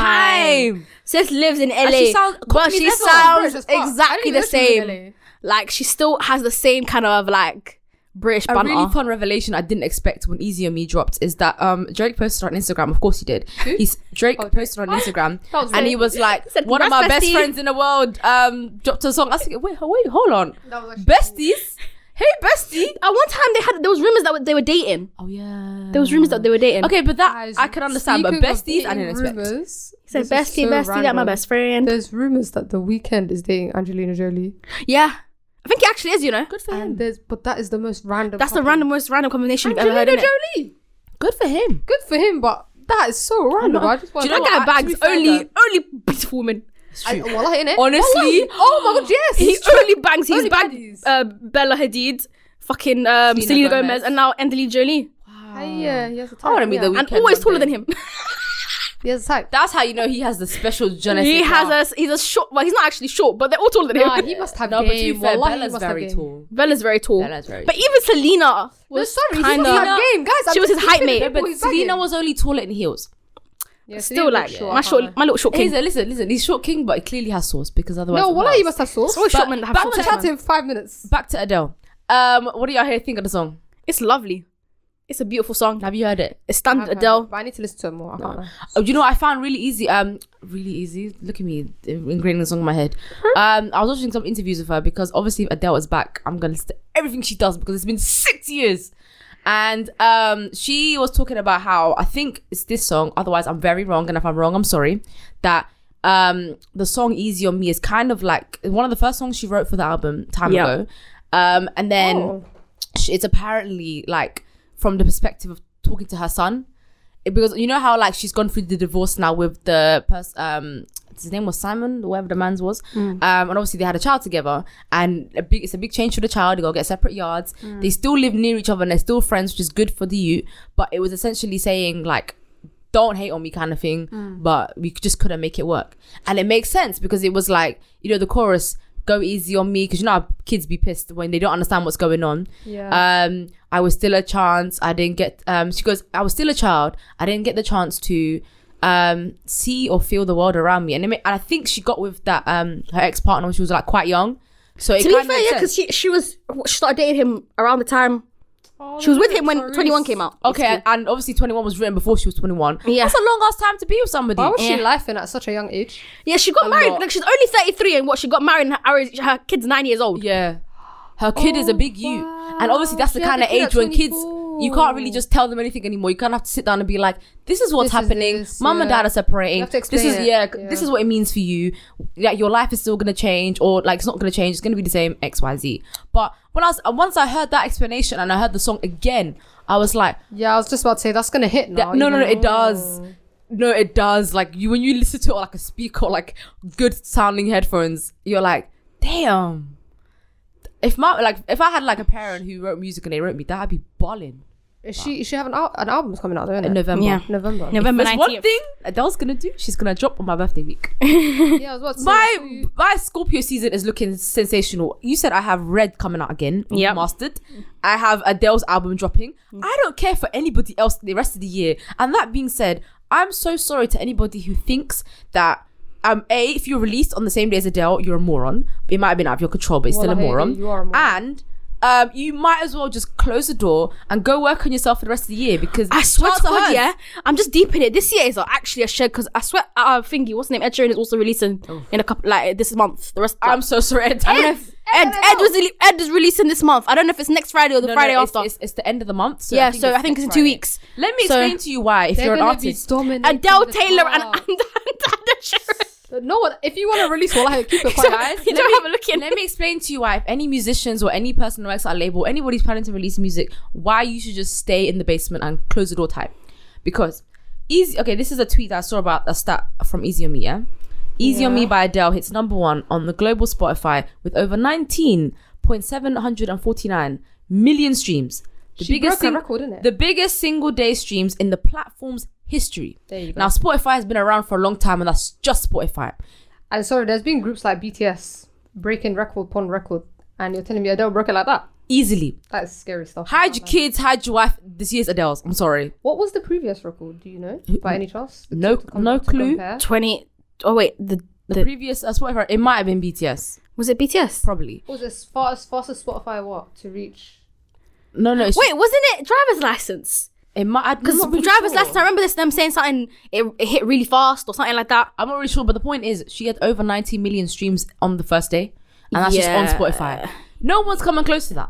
time? Sis lives in LA. And she sounds but Cockney she level. sounds British as fuck. I exactly didn't even the know she was in same. LA. Like she still has the same kind of like British A banter. really fun revelation I didn't expect when Easy on Me dropped is that um Drake posted on Instagram. Of course he did. Who? He's Drake Oh, posted on *laughs* Instagram, That was and he Drake. was like, Said, "One of my "Congrats, best bestie." friends in the world um dropped a song." I was like, "Wait, wait, hold on, That was actually- besties." Hey, bestie. At one time they had there was rumors that they were dating. Oh yeah. There was rumors that they were dating. Okay, but that Guys, I can understand. But speaking of besties, I dating didn't expect. Rumors, He said, this is bestie, so bestie, that my random. best friend. There's rumors that The Weeknd is dating Angelina Jolie, Yeah. I think it actually is, you know. Good for and him. there's but that is the most random. That's the couple. random most random combination you've ever heard Angelina in it. Jolie. Good for him. Good for him, but that is so random. I just Do want you know what? That guy I- to be bags fair only though- only beautiful women. I, Wallah, innit? Honestly, Wallah. oh my god, yes. He It's true. only bangs. He's Only bagged baddies. uh, Bella Hadid, fucking um, Selena Selena, Gomez. Gomez. and now Angelina Jolie, Hey, yeah, he has a type. wanna meet yeah. The Weeknd. and always one taller day. than him. He has a type. That's how you know he has the special jealousy. he has a he's a short. Well, he's not actually short, but they're all taller than him. Nah, he must have no, but to be game. fair, Wallah, he Bella's must have very game. tall. *laughs* Bella's very tall. Bella's very But even Selena No, was sorry, he kind must have of game, guys. I'm She was just his height keeping it. mate. Yeah, But he's Selena bagging. was only taller in heels. Yeah, still like sure, my short, my little short He's king. a, listen, listen. He's short king, but he clearly has sauce because otherwise. No, what Wallah, he must have sauce. It's always But- short men that have but short I'll I'll men. chat in five minutes. Back to Adele. Um, what do y'all here think of the song? It's lovely. It's a beautiful song. Have you heard it? It's standard Adele. But I need to listen to it more. I can't lie. Oh, you know, what I found really easy. Um, really easy. Look at me ingraining the song in my head. Um, I was watching some interviews with her because obviously if Adele is back, I'm gonna listen to everything she does because it's been six years. And um, she was talking about how I think it's this song. Otherwise, I'm very wrong, and if I'm wrong, I'm sorry. That um, the song "Easy on Me" is kind of like one of the first songs she wrote for the album time Yeah. ago. Um, and then Oh. sh- it's apparently like from the perspective of talking to her son It- because you know how like she's gone through the divorce now with the person um his name was Simon, whoever the man's was, um, and obviously they had a child together, and a big, it's a big change for the child. They go get separate yards. They still live near each other, and they're still friends, which is good for the youth. But it was essentially saying like, "Don't hate on me," kind of thing. But we just couldn't make it work, and it makes sense because it was like you know the chorus, "Go easy on me," because you know how kids be pissed when they don't understand what's going on Oh. Yeah. um i was still a chance i didn't get um she goes i was still a child i didn't get the chance to um see or feel the world around me and, it ma- and i think she got with that um her ex-partner when she was like quite young so it To kind be of fair, yeah, because she she was she started dating him around the time Oh, she was with him when 21 came out. okay and, and obviously 21 was written before she was 21 Yeah. that's a long ass time to be with somebody Why was she Yeah. laughing at such a young age? Yeah, she got A married. lot. Like she's only 33, and what she got married, and her, her kid's nine years old. yeah her kid is a big you and obviously that's the Oh, She had kind of the kid age at when kids 24. you can't really just tell them anything anymore. You kind of have to sit down and be like, "This is what's This is happening. this, Mum and yeah. Dad are separating. You have to this is explain it, yeah, c- This yeah. is what it means for you. Like your life is still gonna change, or like it's not gonna change. It's gonna be the same X Y Z. But when I was uh, once I heard that explanation and I heard the song again, I was like, Yeah, I was just about to say that's gonna hit now. that- no, no, no, even it more. does. No, it does. Like you, when you listen to it on, like a speaker, or, like good sounding headphones, you're like, damn. If my like, if I had like a parent who wrote music and they wrote me, that I'd be balling. Is she? Is she have an, al- an album's coming out though, in isn't it? November. Yeah. November. November There's one nineteenth. thing Adele's gonna do. She's gonna drop on my birthday week. yeah, I was about to say, my my Scorpio season is looking sensational. You said I have Red coming out again, Yep. Mm. mastered. I have Adele's album dropping. I don't care for anybody else the rest of the year. And that being said, I'm so sorry to anybody who thinks that. Um, a if you're released on the same day as Adele, you're a moron. It might have been out of your control, but it's still a Wallahi, moron. you are a moron. And um, you might as well just close the door and go work on yourself for the rest of the year because I swear Charles to God, Hurst- yeah, I'm just deep in it. This year is uh, actually a shed because I swear, uh, thingy, what's the name? Ed Sheeran is also releasing in a couple like this month. The rest, like, I'm so sorry. I don't know if *laughs* Ed, Ed, was rele- Ed is releasing this month. I don't know if it's next Friday or the No, no, Friday it's- after. It's, it's the end of the month. So yeah, so I think next it's in Friday. two weeks. Let me So- explain to you why, if they're you're an gonna be artist. dominating Adele the Taylor and, and, *laughs* charts. and, Ed Sheeran. no one. If you want to release, well, *laughs* keep it quiet, guys. You don't have a look in. Let me explain to you why, if any musicians or any person who works at a label, anybody's planning to release music, why you should just stay in the basement and close the door tight. Because easy. Okay, this is a tweet I saw about a stat from Easy on Me. Yeah, Easy on Me by Adele hits number one on the global Spotify with over nineteen point seven hundred and forty nine million streams. The She broke a sing- record, innit? The biggest single day streams in the platform's history. There you go. Now Spotify has been around for a long time, and that's just Spotify. And sorry, there's been groups like BTS breaking record upon record, and you're telling me Adele broke it like that? Easily. That's scary stuff. Hide your kids, hide your wife. This year's Adele's. I'm sorry. What was the previous record? Do you know by any chance? No- To com- no to clue. compare? Twenty. Oh wait, the, The, the previous, uh, Spotify, it might have been BTS, was it BTS? probably. What was as far as fast as Spotify what to reach? No, no, it's, Wait, wasn't it driver's license? it might Because driver's license, I remember this them saying something. It, it hit really fast or something like that. I'm not really sure, but the point is, she had over 90 million streams on the first day, and that's Yeah. just on Spotify. No one's coming close to that.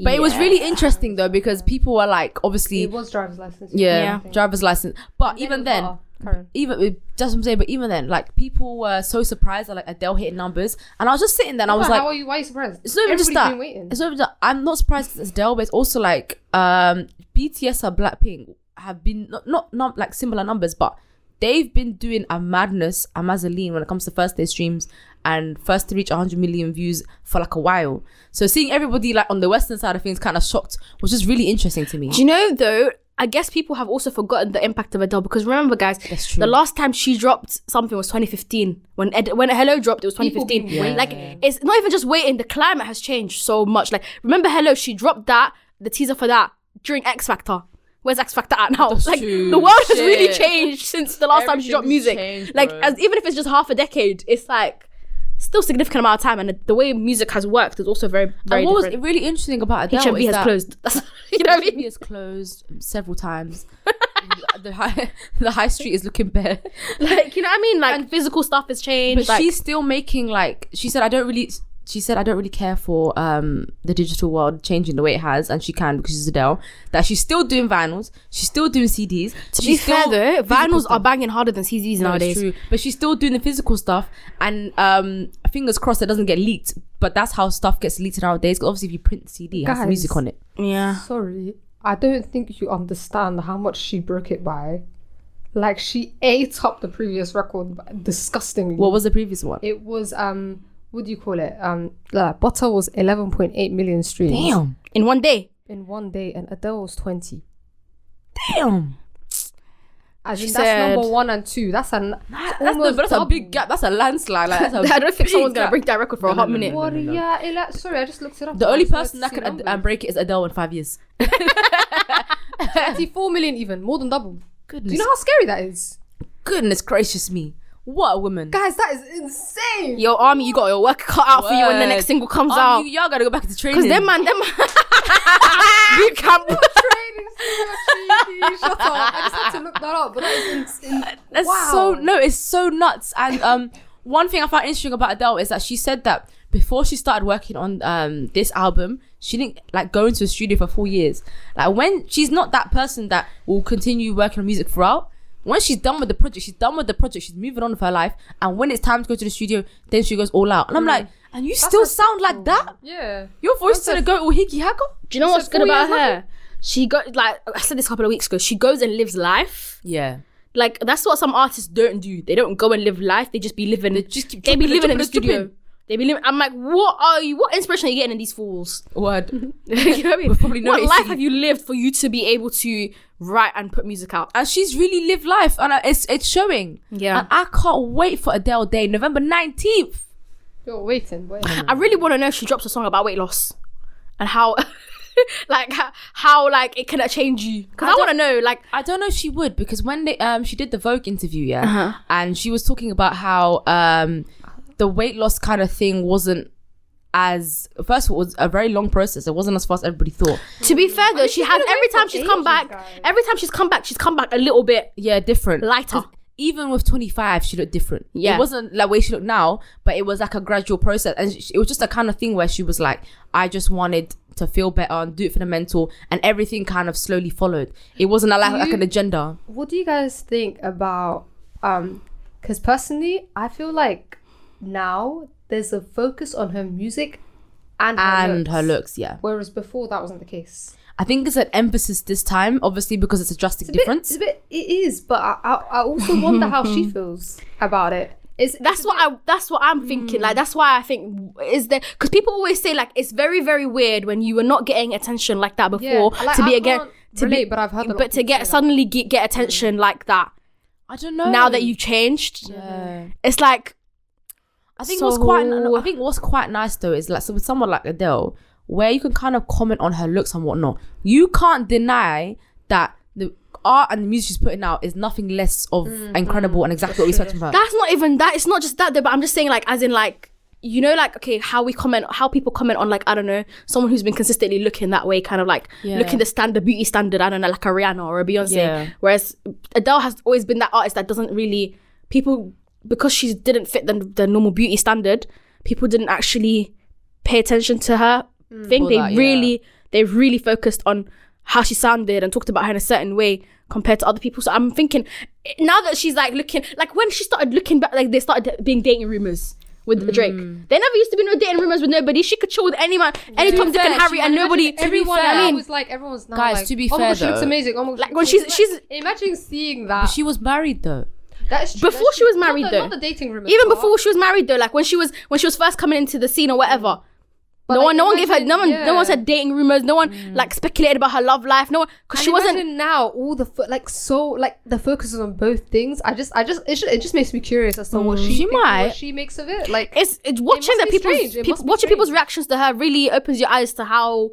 But it was Yeah. really interesting though because people were like, obviously, It was driver's license. yeah, Then driver's license. But it even was then, what, uh, Karen? even with- that's what I'm saying. But even then, like people were so surprised at like Adele hitting numbers, and I was just sitting there and I was But like, how are you? Why are you surprised? It's not even just Everybody's that. Been waiting. It's not even that. I'm not surprised 'cause it's Adele, but it's also like um, BTS or Blackpink have been not not, not like similar numbers, but they've been doing a madness, a mazzoline when it comes to first day streams and first to reach 100 million views for like a while. So seeing everybody like on the western side of things kind of shocked was just really interesting to me. Do you know though? I guess people have also forgotten the impact of Adele because remember, guys, That's true. the last time she dropped something was 2015. When Ed, when Hello dropped, it was People 2015. been waiting. Like it's not even just waiting. The climate has changed so much. Like remember Hello, she dropped that the teaser for that during X Factor. Where's X Factor at now? That's like true. the world has really Shit. changed since the last time she dropped Everything's music. changed, like bro. as even if it's just half a decade, it's like still significant amount of time. And the, the way music has worked is also very very and what different. was really interesting about Adele HMV is has that closed. *laughs* That's, you know what I HMV *laughs* mean? has closed several times. *laughs* the high *laughs* the high street is looking *laughs* bare. Like, you know what I mean? Like, physical stuff has changed. but like, she's still making like she said i don't really she said i don't really care for um the digital world changing the way it has and she can because she's adele that she's still doing vinyls she's still doing cds to be fair though, vinyls are banging harder than CDs nowadays. True. But she's still doing the physical stuff, and um, fingers crossed it doesn't get leaked. But that's how stuff gets leaked nowadays. 'cause obviously, if you print the CD, it has the Guys. music on it. Yeah. Sorry, I don't think you understand how much she broke it by. Like she ate up the previous record by- disgustingly. What was the previous one? It was um, what do you call it? Um, uh, Butter was 11.8 million streams Damn, In one *laughs* day. in one day, and Adele was 20. damn. As in, She that's said- number one and two. That's an That's, the, that's a big gap. That's a landslide. Like, that's a *laughs* I don't big think someone's going to gap. break that record for a hot minute. What? Yeah, ele- sorry, I just looked it up. The I only just wanted person to that see can ad- numbers. *laughs* and break it is Adele in five years. 24 million even more than double. Goodness, Do you know how scary that is, goodness gracious me. What a woman. guys? That is insane. Yo, Army, you got your work cut out for you when the next single comes Um, out. *laughs* You, y'all gotta go back to training. Because them man, them *laughs* boot camp. *laughs* Training so *laughs* much, Shut up! I just had to look that up, but that is insane. That's wow. so no, it's so nuts. And um *laughs* one thing I found interesting about Adele is that she said that before she started working on um this album, she didn't like go into a studio for four years. Like when she's not that person that will continue working on music throughout. When she's done with the project, she's done with the project, she's moving on with her life, and when it's time to go to the studio, then she goes all out. And I'm like, and you still sound like that? Yeah. Your voice is gonna go all hickey hacker? Do you know what's good four about years her? She got like I said this a couple of weeks ago. She goes and lives life. Yeah. Like that's what some artists don't do. They don't go and live life. They just be living. They just keep be dropping, living in dropping, the studio. dropping. They be living. I'm like, what are you? What inspiration are you getting in these fools? *laughs* Word. *laughs* you know what I mean? We've probably what noticed life it. have you lived for you to be able to write and put music out? And she's really lived life, and I- it's it's showing. Yeah. And I can't wait for Adele Day, November nineteenth. You're waiting. Wait. I really want to know if she drops a song about weight loss and how, *laughs* like, how, how like it can change you. Because I, want to know, like, I don't know if she would because when they um she did the Vogue interview, yeah, and she was talking about how um the weight loss kind of thing wasn't as first of all it was a very long process. It wasn't as fast as everybody thought. to be fair though, she she's has been away every time for she's come ages, back, guys. every time she's come back, she's come back a little bit Yeah, different. lighter. Oh. even with 25 she looked different Yeah. it wasn't like way she looked now but it was like a gradual process and she, it was just a kind of thing where she was like i just wanted to feel better and do it for the mental and everything kind of slowly followed it wasn't like, like an agenda What do you guys think about? Um, because personally, I feel like now there's a focus on her music and her and looks, her looks yeah whereas before that wasn't the case. i think it's an emphasis this time obviously because it's a drastic It's a bit- difference it's a bit. It is, but I, I, I also wonder how *laughs* she feels about it. Is That's what I. That's what I'm thinking. Like that's why I think is there because people always say like it's very very weird when you were not getting attention like that before like, to be I again can't to relate, be but I've heard a lot but of to people Mm. get suddenly get, get attention like that i don't know now that you've changed. Oh. yeah It's like I think what's So- quite no, I think what's quite nice though is like so with someone like Adele, where you can kind of comment on her looks and whatnot. You can't deny that the art and the music she's putting out is nothing less of Mm-hmm. incredible and exactly what we expect from her. that's not even that it's not just that though but i'm just saying like as in like you know like okay how we comment how people comment on like i don't know someone who's been consistently looking that way kind of like Yeah. looking the standard beauty standard i don't know like a rihanna or a beyonce Yeah. whereas adele has always been that artist that doesn't really people because she didn't fit the, the normal beauty standard people didn't actually pay attention to her thing For they that, yeah. really they really focused on how she sounded and talked about her in a certain way compared to other people. So I'm thinking eh, now that she's like looking like when she started looking back, like they started being dating rumors with Drake. There never used to be no dating rumors with nobody. She could chill with any man, any Tom, Dick, and fair, Harry, she- and nobody. everyone You know what I mean, was like everyone's now Guys, like, to be oh my fair, God, she looks though- amazing. Oh my God, Like, when she's- she's- imagine seeing that. She was married though. That's true. Before that's she was true. Not married, the- though. Not the dating room. even before she was married though, like when she was when she was first coming into the scene or whatever. no like, one, no one gave her, imagine- no one, no yeah. one said dating rumors. No one like speculated about her love life. No one, because she wasn't. now all the fo- like so like the focus is on both things. I just I just it, just, it just makes me curious as to Mm, what she, She thinks and might. what she makes of it. Like it's, it's watching must the be people's strange. It peop- must be watching people's strange. reactions to her really opens your eyes to how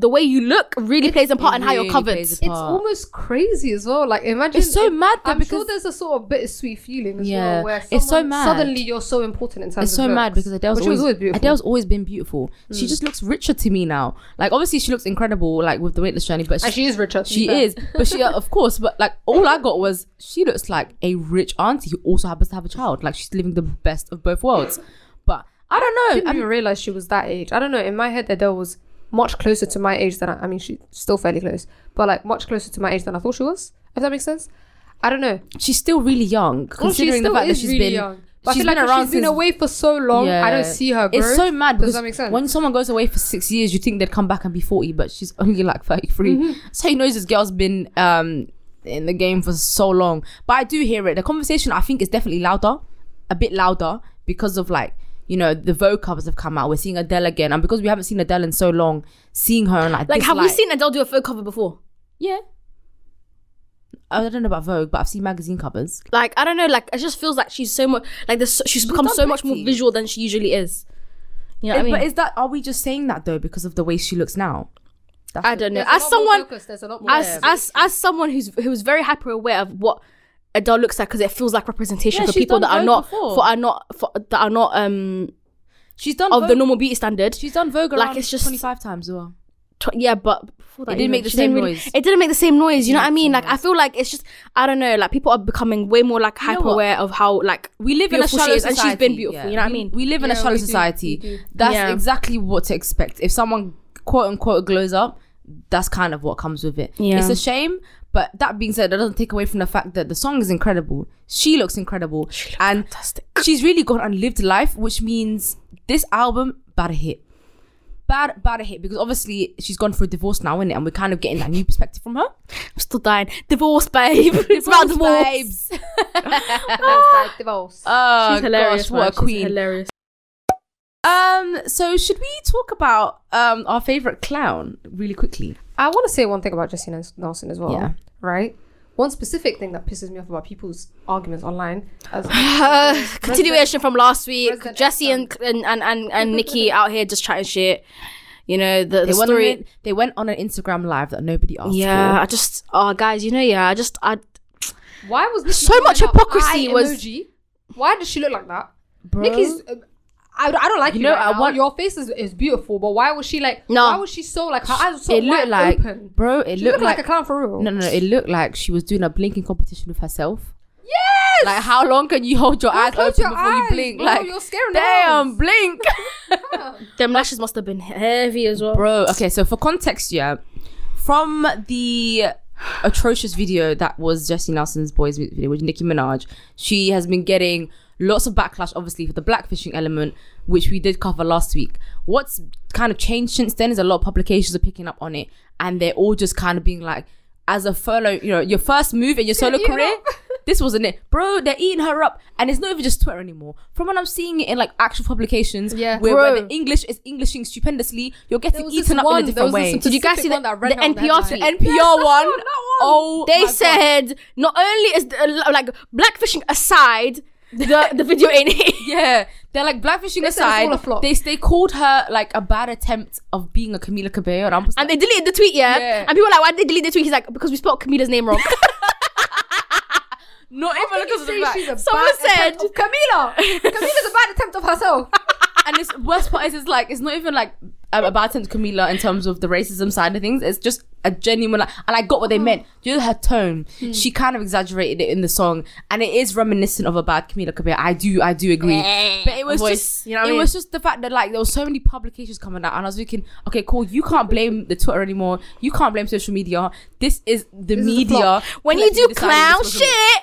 the way you look really plays a part in how you're really covered. plays a it's part. almost crazy as well. Like imagine It's so it- mad though I'm sure because- there's a sort of bittersweet feeling as Yeah. well, where It's so someone- mad. suddenly you're so important in terms It's of so looks. mad because Adele's But she was always, always beautiful. Mm. Adele's always been beautiful. She just looks richer to me now. Like obviously she looks incredible, like with the weightless journey, but and she is Richard. She is, but she uh, of course. But like, all I got was she looks like a rich auntie who also happens to have a child. Like she's living the best of both worlds. But I I don't know. didn't I mean, even realize she was that age. I don't know. In my head, Adele was much closer to my age than I. I mean, she's still fairly close, but like much closer to my age than I thought she was. If that makes sense. I don't know. she's still really young, Well, she considering the still fact that is she's really been. young. But she's I feel been like around she's been since- away for so long. I Yeah. don't see her growth. It's so mad Does because that make sense? when someone goes away for six years, you think they'd come back and be forty, but she's only like thirty-three. *laughs* So you know this girl's been um in the game for so long. But I do hear it. The conversation I think is definitely louder, a bit louder because of like you know the Vogue covers have come out. We're seeing Adele again, and because we haven't seen Adele in so long, seeing her and like Like, this have we light- seen Adele do a faux cover before? Yeah. I don't know about Vogue, but I've seen magazine covers. Like, I don't know. Like, it just feels like she's so much. Like, there's, so- she's, become done so much more plenty. visual than she usually is. You know what I mean? but is that are we just saying that though because of the way she looks now? That's I it. don't know. As someone, there's a lot more. as *laughs* as as someone who's who's very hyper aware of what Adele looks like because it feels like representation Yeah, for she's people done that are Vogue not before. for are not for, that are not um She's done of Vogue the normal beauty standard. She's done Vogue Like, around it's just- 25 times as well. tw- yeah, but before that, It didn't even- make the she didn't same really- noise. It didn't make the same noise. You know what I make the mean? same Like I feel like it's just I don't know. Like people are becoming way more like You know hyper what? aware of how like We live in a beautiful she shallow is, and society. she's been beautiful. yeah. You know what We- I mean? We live in a Yeah, shallow we do, society. we do. That's Yeah. exactly what to expect. If someone quote unquote glows up, that's kind of what comes with it. Yeah. It's a shame, but that being said, that doesn't take away from the fact that the song is incredible. She looks incredible, and fantastic. she's really gone and lived life, which means this album bad a hit. Bad, bad a hit because obviously she's gone for a divorce now, innit? And we're kind of getting that new perspective from her. I'm still dying. *laughs* Divorce, babe. it's about divorce. Vibes. *laughs* As like divorce. Oh, She's hilarious. Gosh, what man. a *laughs* She's queen. hilarious. Um, so should we talk about um our favorite clown really quickly? I want to say one thing about Jesse Nels- Nelson as well. Yeah. Right. One specific thing that pisses me off about people's arguments online. *sighs* As Uh, continuation from last week. Resident Jesse and, and and and and *laughs* Nikki out here just chatting shit. You know the, the They went, story. on, they went on an Instagram live that nobody asked Yeah, for. I just oh guys, you know yeah, I just I why was Nikki So much putting up hypocrisy eye was- Emoji? Why does she look like that? Bro. Nikki's. uh, I, I don't like you. know, right I now. want- your face is, is beautiful, but why was she like? No. Why was she so like her eyes were so it wide looked like, open? bro, it She looked looked like, like, a clown for real. no, no, no, it looked like she was doing a blinking competition with herself. *laughs* Yes. Like, how long can you hold your eyes close open your before you eyes, blink? bro, like, you're scaring the damn, house. blink, them lashes must have been heavy as well. bro. Okay, so for context, yeah, from the atrocious video that was Jesse Nelson's boys music video with Nicki Minaj, she has been getting lots of backlash, obviously, for the blackfishing element, which we did cover last week. What's kind of changed since then is a lot of publications are picking up on it, and they're all just kind of being like, as a fellow, you know, your first move in your solo *laughs* you career. know? This wasn't it, bro. They're eating her up, and it's not even just Twitter anymore. From when I'm seeing it in like actual publications, Yeah. where, where Bro. the English is Englishing stupendously, you're getting There was eaten this up one- in a there was different this way. specific Did you guys see one the- that ran the around NPR headline? NPR tweet? one, Yes, that one, that one. Oh, my they God. said not only is the, like blackfishing aside, the the video ain't it. *laughs* yeah, they're like blackfishing They said it's all a aside. flop. They they called her like a bad attempt of being a Camila Cabello, and I'm just And they deleted the tweet, yeah? Yeah. And people were like, why did they delete the tweet? He's like, because we spelled Camila's name wrong. *laughs* not even because of the Say fact. she's a Someone bad said- attempt of *laughs* Camila. Camila's a bad attempt of herself. and this worst part is it's like it's not even like um, about Aunt Camila in terms of the racism side of things. It's just a genuine like, and I got what they meant. You know her tone. She kind of exaggerated it in the song, and it is reminiscent of a bad Camila Cabello. I do, I do agree. But it was Voice, just you know what it I mean? was just the fact that like there were so many publications coming out, and I was thinking, okay, cool. You can't blame the Twitter anymore. You can't blame social media. This is the This is the media. flop. when you collectively do deciding clown this was a- shit,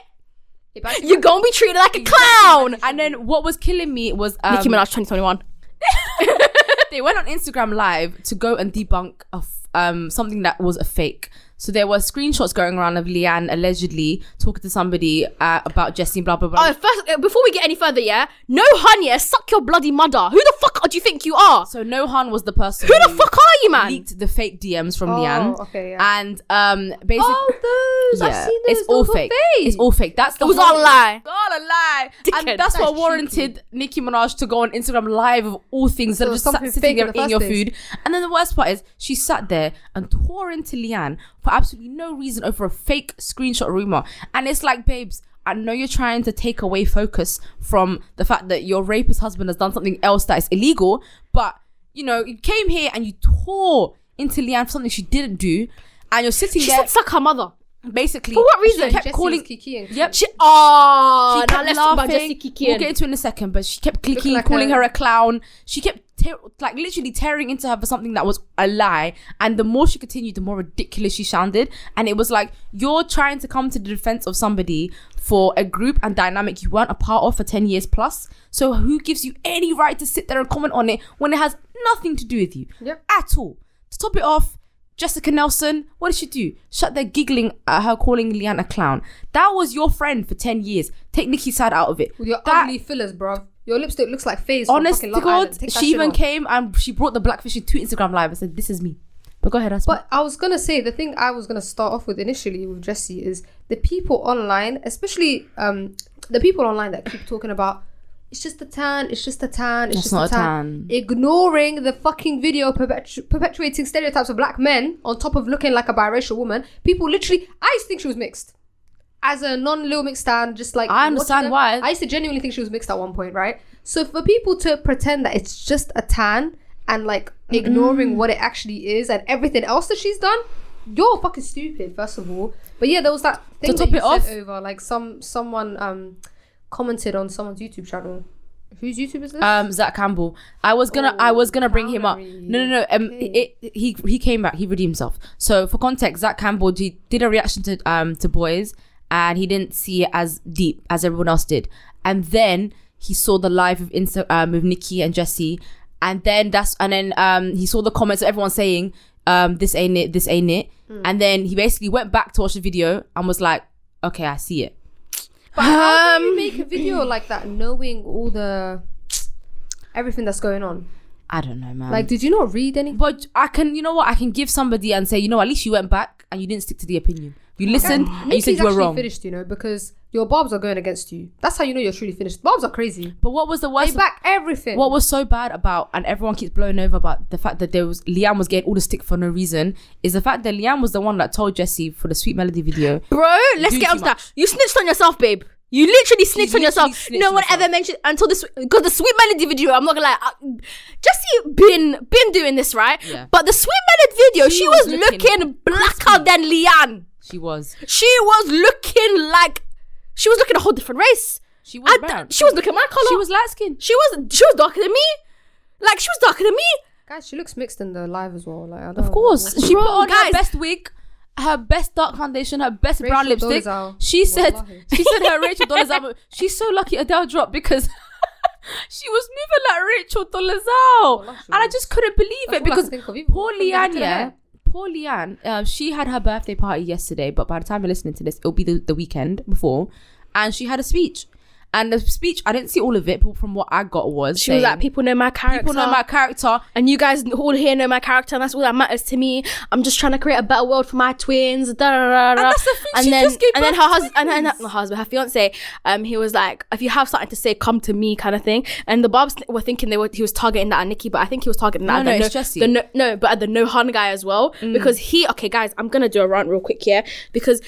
It *laughs* basically- you're gonna be treated like a clown. And then what was killing me was um, Nicki Minaj 2021. they went on Instagram Live to go and debunk a f- um, something that was a fake. So there were screenshots going around of Leanne allegedly talking to somebody uh, about Jesse, blah blah blah. Oh, first, uh, before we get any further, yeah? No hun, yeah? Suck your bloody mother. Who the fuck do you think you are? so Nohan was the person Who the fuck are you, man? leaked the fake DMs from Oh, Leanne, okay, yeah. and um, basically. Oh, those. I've Yeah, seen those. it's all Those are fake. It's all fake. That's the It was whole- all a lie. It's all a lie. Dickhead. And that's what That's warranted Nicki Minaj to go on Instagram Live of all things that So are just sat- something sitting fake in there the eating your first place. food. And then the worst part is she sat there and tore into Leanne for absolutely no reason over a fake screenshot rumor. And it's like, babes. I know you're trying to take away focus from the fact that your rapist husband has done something else that is illegal, but you know, you came here and you tore into Leanne for something she didn't do, and you're sitting She there said suck her mother. basically For what reason? she kept Jessie was calling Kiki and yep She, oh, she now kept let's talk about Jesse laughing Kiki. we'll get into it in a second but she kept clicking like calling a- her a clown she kept tear like literally tearing into her for something that was a lie and the more she continued the more ridiculous she sounded and it was like you're trying to come to the defense of somebody for a group and dynamic you weren't a part of for 10 years plus so who gives you any right to sit there and comment on it when it has nothing to do with you Yep. at all to top it off Jessica Nelson, what did she do? Shut there giggling at her calling Leanne a clown. That was your friend for 10 years. Take Nikki's side out of it. With your That- ugly fillers, bruv. Your lipstick looks like face. honest to God, she even came. came and she brought the blackfishing to Instagram live and said, This is me. But go ahead, ask me. But I was gonna say the thing I was gonna start off with initially with Jesse is the people online, especially um the people online that keep talking about it's just a tan, it's just a tan, it's That's just not a a tan. Ignoring the fucking video perpetu- perpetuating stereotypes of black men on top of looking like a biracial woman. People literally, I used to think she was mixed. As a non Lil Mix fan, just like I understand watching her- why. I used to genuinely think she was mixed at one point, right? So for people to pretend that it's just a tan and like ignoring what it actually is and everything else that she's done, you're fucking stupid, first of all. But yeah, there was that thing To that top you it said off- over, like some someone um commented on someone's YouTube channel. Whose YouTube is this? Um, Zach Campbell. I was gonna, I was gonna bring him up. clownery. No, no, no. Um, Oh, Okay. it, he he came back. He redeemed himself. So for context, Zach Campbell did, did a reaction to um to boys, and he didn't see it as deep as everyone else did. And then he saw the live of Insta um, with Nikki and Jesse, and then that's and then um he saw the comments of everyone saying um this ain't it, this ain't it, Hmm. and then he basically went back to watch the video and was like, okay, I see it. but how can you make a video like that knowing all the everything that's going on. I don't know, man. Like, did you not read any? But I can, you know what? I can give somebody and say, you know, at least you went back and you didn't stick to the opinion. You listened and you said Nikki's you were actually wrong. finished, you know, because your barbs are going against you. That's how you know you're truly finished. Barbs are crazy. But what was the They worst? back everything. What was so bad about, and everyone keeps blowing over about the fact that there was Liam was getting all the stick for no reason, is the fact that Liam was the one that told Jesse for the Sweet Melody video. Bro, let's do get too on to that. You snitched on yourself, babe. You literally snitched on literally yourself. snitched no on one herself. ever mentioned until this because the sweet melody video. I'm not gonna lie, I- Jessie been been doing this right, Yeah. but the sweet melody video, She she, was was, looking looking, blacker than Leanne. She was. She was looking like she was looking a whole different race. She was I- brown. she was looking my color. Oh, She was light skinned. she was she was darker than me. Like she was darker than me. Guys, she looks mixed in the live as well. Like, I don't Of course. She Bro, put on her guys. best wig, her best dark foundation, her best brown Rachel lipstick. Dolezal. She said Wallahi. she said her Rachel Dolezal. She's so lucky Adele dropped because *laughs* she was moving like Rachel Dolezal. Wallahi, she And I was. just couldn't believe That's it all I because can think of. Even poor from the head Leanne, to yeah. the Poor Leanne, uh, she had her birthday party yesterday, but by the time you're listening to this, it'll be the, the weekend before. And she had a speech. And the speech, I didn't see all of it, but from what I got was She was saying, like, people know my character. people know my character. and you guys all here know my character, and that's all that matters to me. I'm just trying to create a better world for my twins. Da, da, da, da. that's the thing, And she then, just gave and then birth her to husband, and her, twins. not her husband, her fiance, um, he was like, "If you have something to say, come to me," kind of thing. And the Bobs were thinking they were he was targeting that at Nikki, but I think he was targeting that No, no, at the it's no, Jesse. Mm. the no, no, but at the no hun guy as well because he. Okay, guys, I'm gonna do a rant real quick here because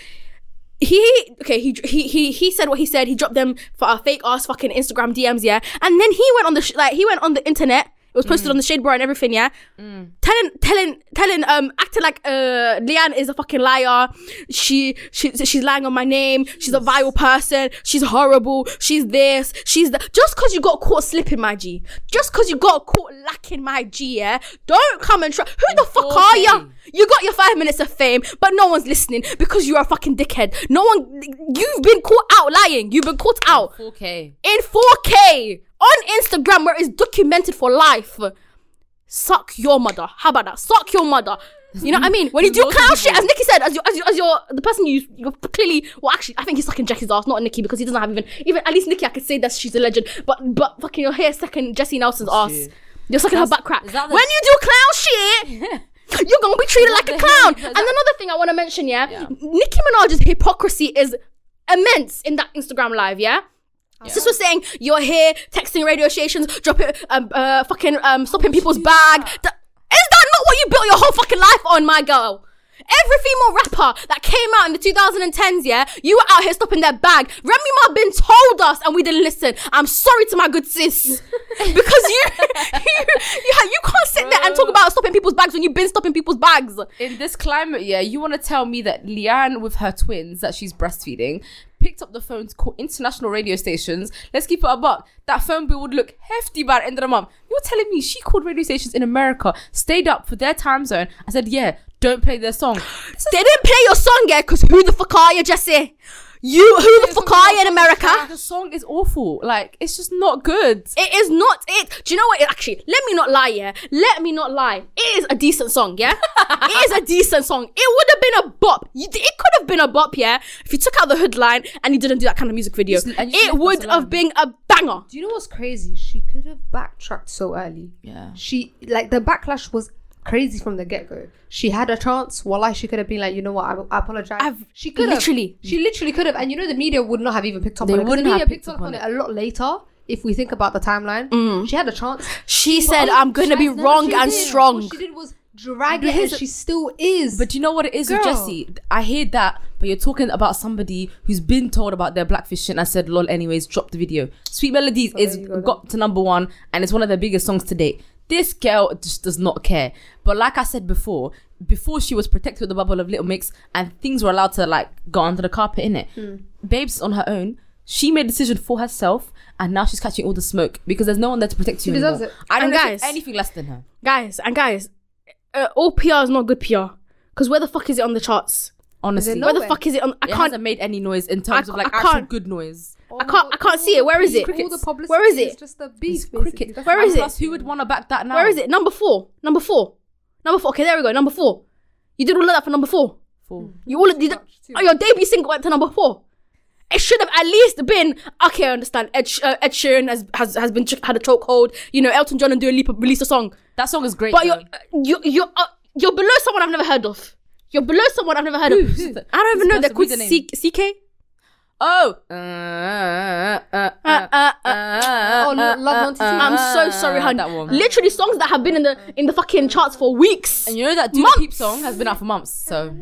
he okay he he he he said what he said he dropped them for our fake ass fucking instagram dms yeah and then he went on the sh- like he went on the internet it was posted on the shade bar and everything yeah telling telling telling um acting like uh leanne is a fucking liar she she she's lying on my name she's a vile person she's horrible she's this she's that just because you got caught slipping my g just because you got caught lacking my g yeah don't come and try who the fuck full are you fame. you got your five minutes of fame, but no one's listening because you're a fucking dickhead. No one, you've been caught out lying. You've been caught out Okay. in 4K on Instagram where it's documented for life. Suck your mother. How about that? Suck your mother. You know what I mean? When you do Loads of clown people- shit, as Nikki said, as you, as you, as your the person you, you're clearly, well, actually, I think he's sucking Jesse's ass, not Nikki, because he doesn't have even, even at least Nikki, I could say that she's a legend, but, but fucking you're here sucking Jesse Nelson's Oh, ass. shit. You're sucking her That's- back crack. is that the- when you do clown *laughs* shit, you're gonna be treated What like a the hell? *laughs* clown. Because and that- another thing I want to mention, yeah, Yeah. Nicki Minaj's hypocrisy is immense in that Instagram live, yeah. Sis was saying you're here texting radio stations, dropping, um, uh, fucking, um, stopping people's bag. Th- Is that not what you built your whole fucking life on, my girl? Every female rapper that came out in the 2010s, yeah, you were out here stopping their bag. Remy Ma been told us and we didn't listen. I'm sorry to my good sis. because you, you, you, you can't sit there and talk about stopping people's bags when you've been stopping people's bags. in this climate, yeah, you want to tell me that Leanne, with her twins that she's breastfeeding, picked up the phone to call international radio stations. Let's keep it a buck. That phone bill would look hefty by the end of the month. You're telling me she called radio stations in America, stayed up for their time zone, and said, "Yeah, don't play their song." They didn't play your song yet because who the fuck are you, Jesse? You, who the fuck are you in America? The song is awful. Like it's just not good. It is not it. Do you know what? It, actually, let me not lie. Yeah, let me not lie. It is a decent song. *laughs* Yeah, it is a decent song. It would have been a bop. You, it could have been a bop. Yeah, if you took out the hood line and you didn't do that kind of music video, Just- and you just it left would us alone. have been a banger. Do you know what's crazy? She could have backtracked so early. Yeah. She like the backlash was crazy from the get go. She had a chance. Wallahi, she could have been like, you know what? I, I apologize. I've she could literally- Have, she literally could have. And you know, the media would not have even picked up They on it. 'cause The wouldn't media have picked up on it. a lot later. If we think about the timeline, Mm. she had a chance. oh, She But said, all- "I'm gonna be No, wrong she and didn't. strong." All she did was drag But it, and here's- she still is. But do you know what it is with Girl. Jesse? I hear that, but you're talking about somebody who's been told about their blackfish shit and I said, lol, anyways, drop the video. Sweet Melodies So there is you go then. got to number one and it's one of their biggest songs to date. This girl just does not care. But like I said before, before she was protected with the bubble of Little Mix and things were allowed to like go under the carpet, innit? Hmm. Babe's on her own. She made a decision for herself and now she's catching all the smoke because there's no one there to protect you. deserves anymore. it. I don't And know if guys- it's anything less than her. Guys and guys, uh, all PR is not good PR. Cause where the fuck is it on the charts? Honestly. not? Where Nowhere. the fuck is it on? I it can't. hasn't made any noise in terms I- of like I actual can't- good noise. I can't- I can't see it. Where is it? All the Crickets. publicity Where is it? just a beef. basically. cricket. That's Where what is it? I'm saying. Plus, who would want to back that now? Where is it? Number four. Number four. Number four. Okay, there we go. Number four. You did all of that for number four. Four. You all did. much, too Oh, your debut single went to number four. it should have at least been okay. I understand. Ed, Sh- uh, Ed Sheeran has has has been ch- had a chokehold. You know, Elton John and Dua Lipa released a song, That song is great. but though. *laughs* you're you you're uh, you're below someone I've never heard of. You're below someone I've never heard Who? of. *laughs* Who's the- I don't who's even know. the They're called person with C- CK. oh. Uh, uh, uh, Uh, uh, uh, uh, uh, Oh, Lo- uh, Love uh, 92. uh, I'm so sorry, honey. That one. Literally songs that have been in the in the fucking charts for weeks. And you know that Dua Months. Peep song has been out for months, so.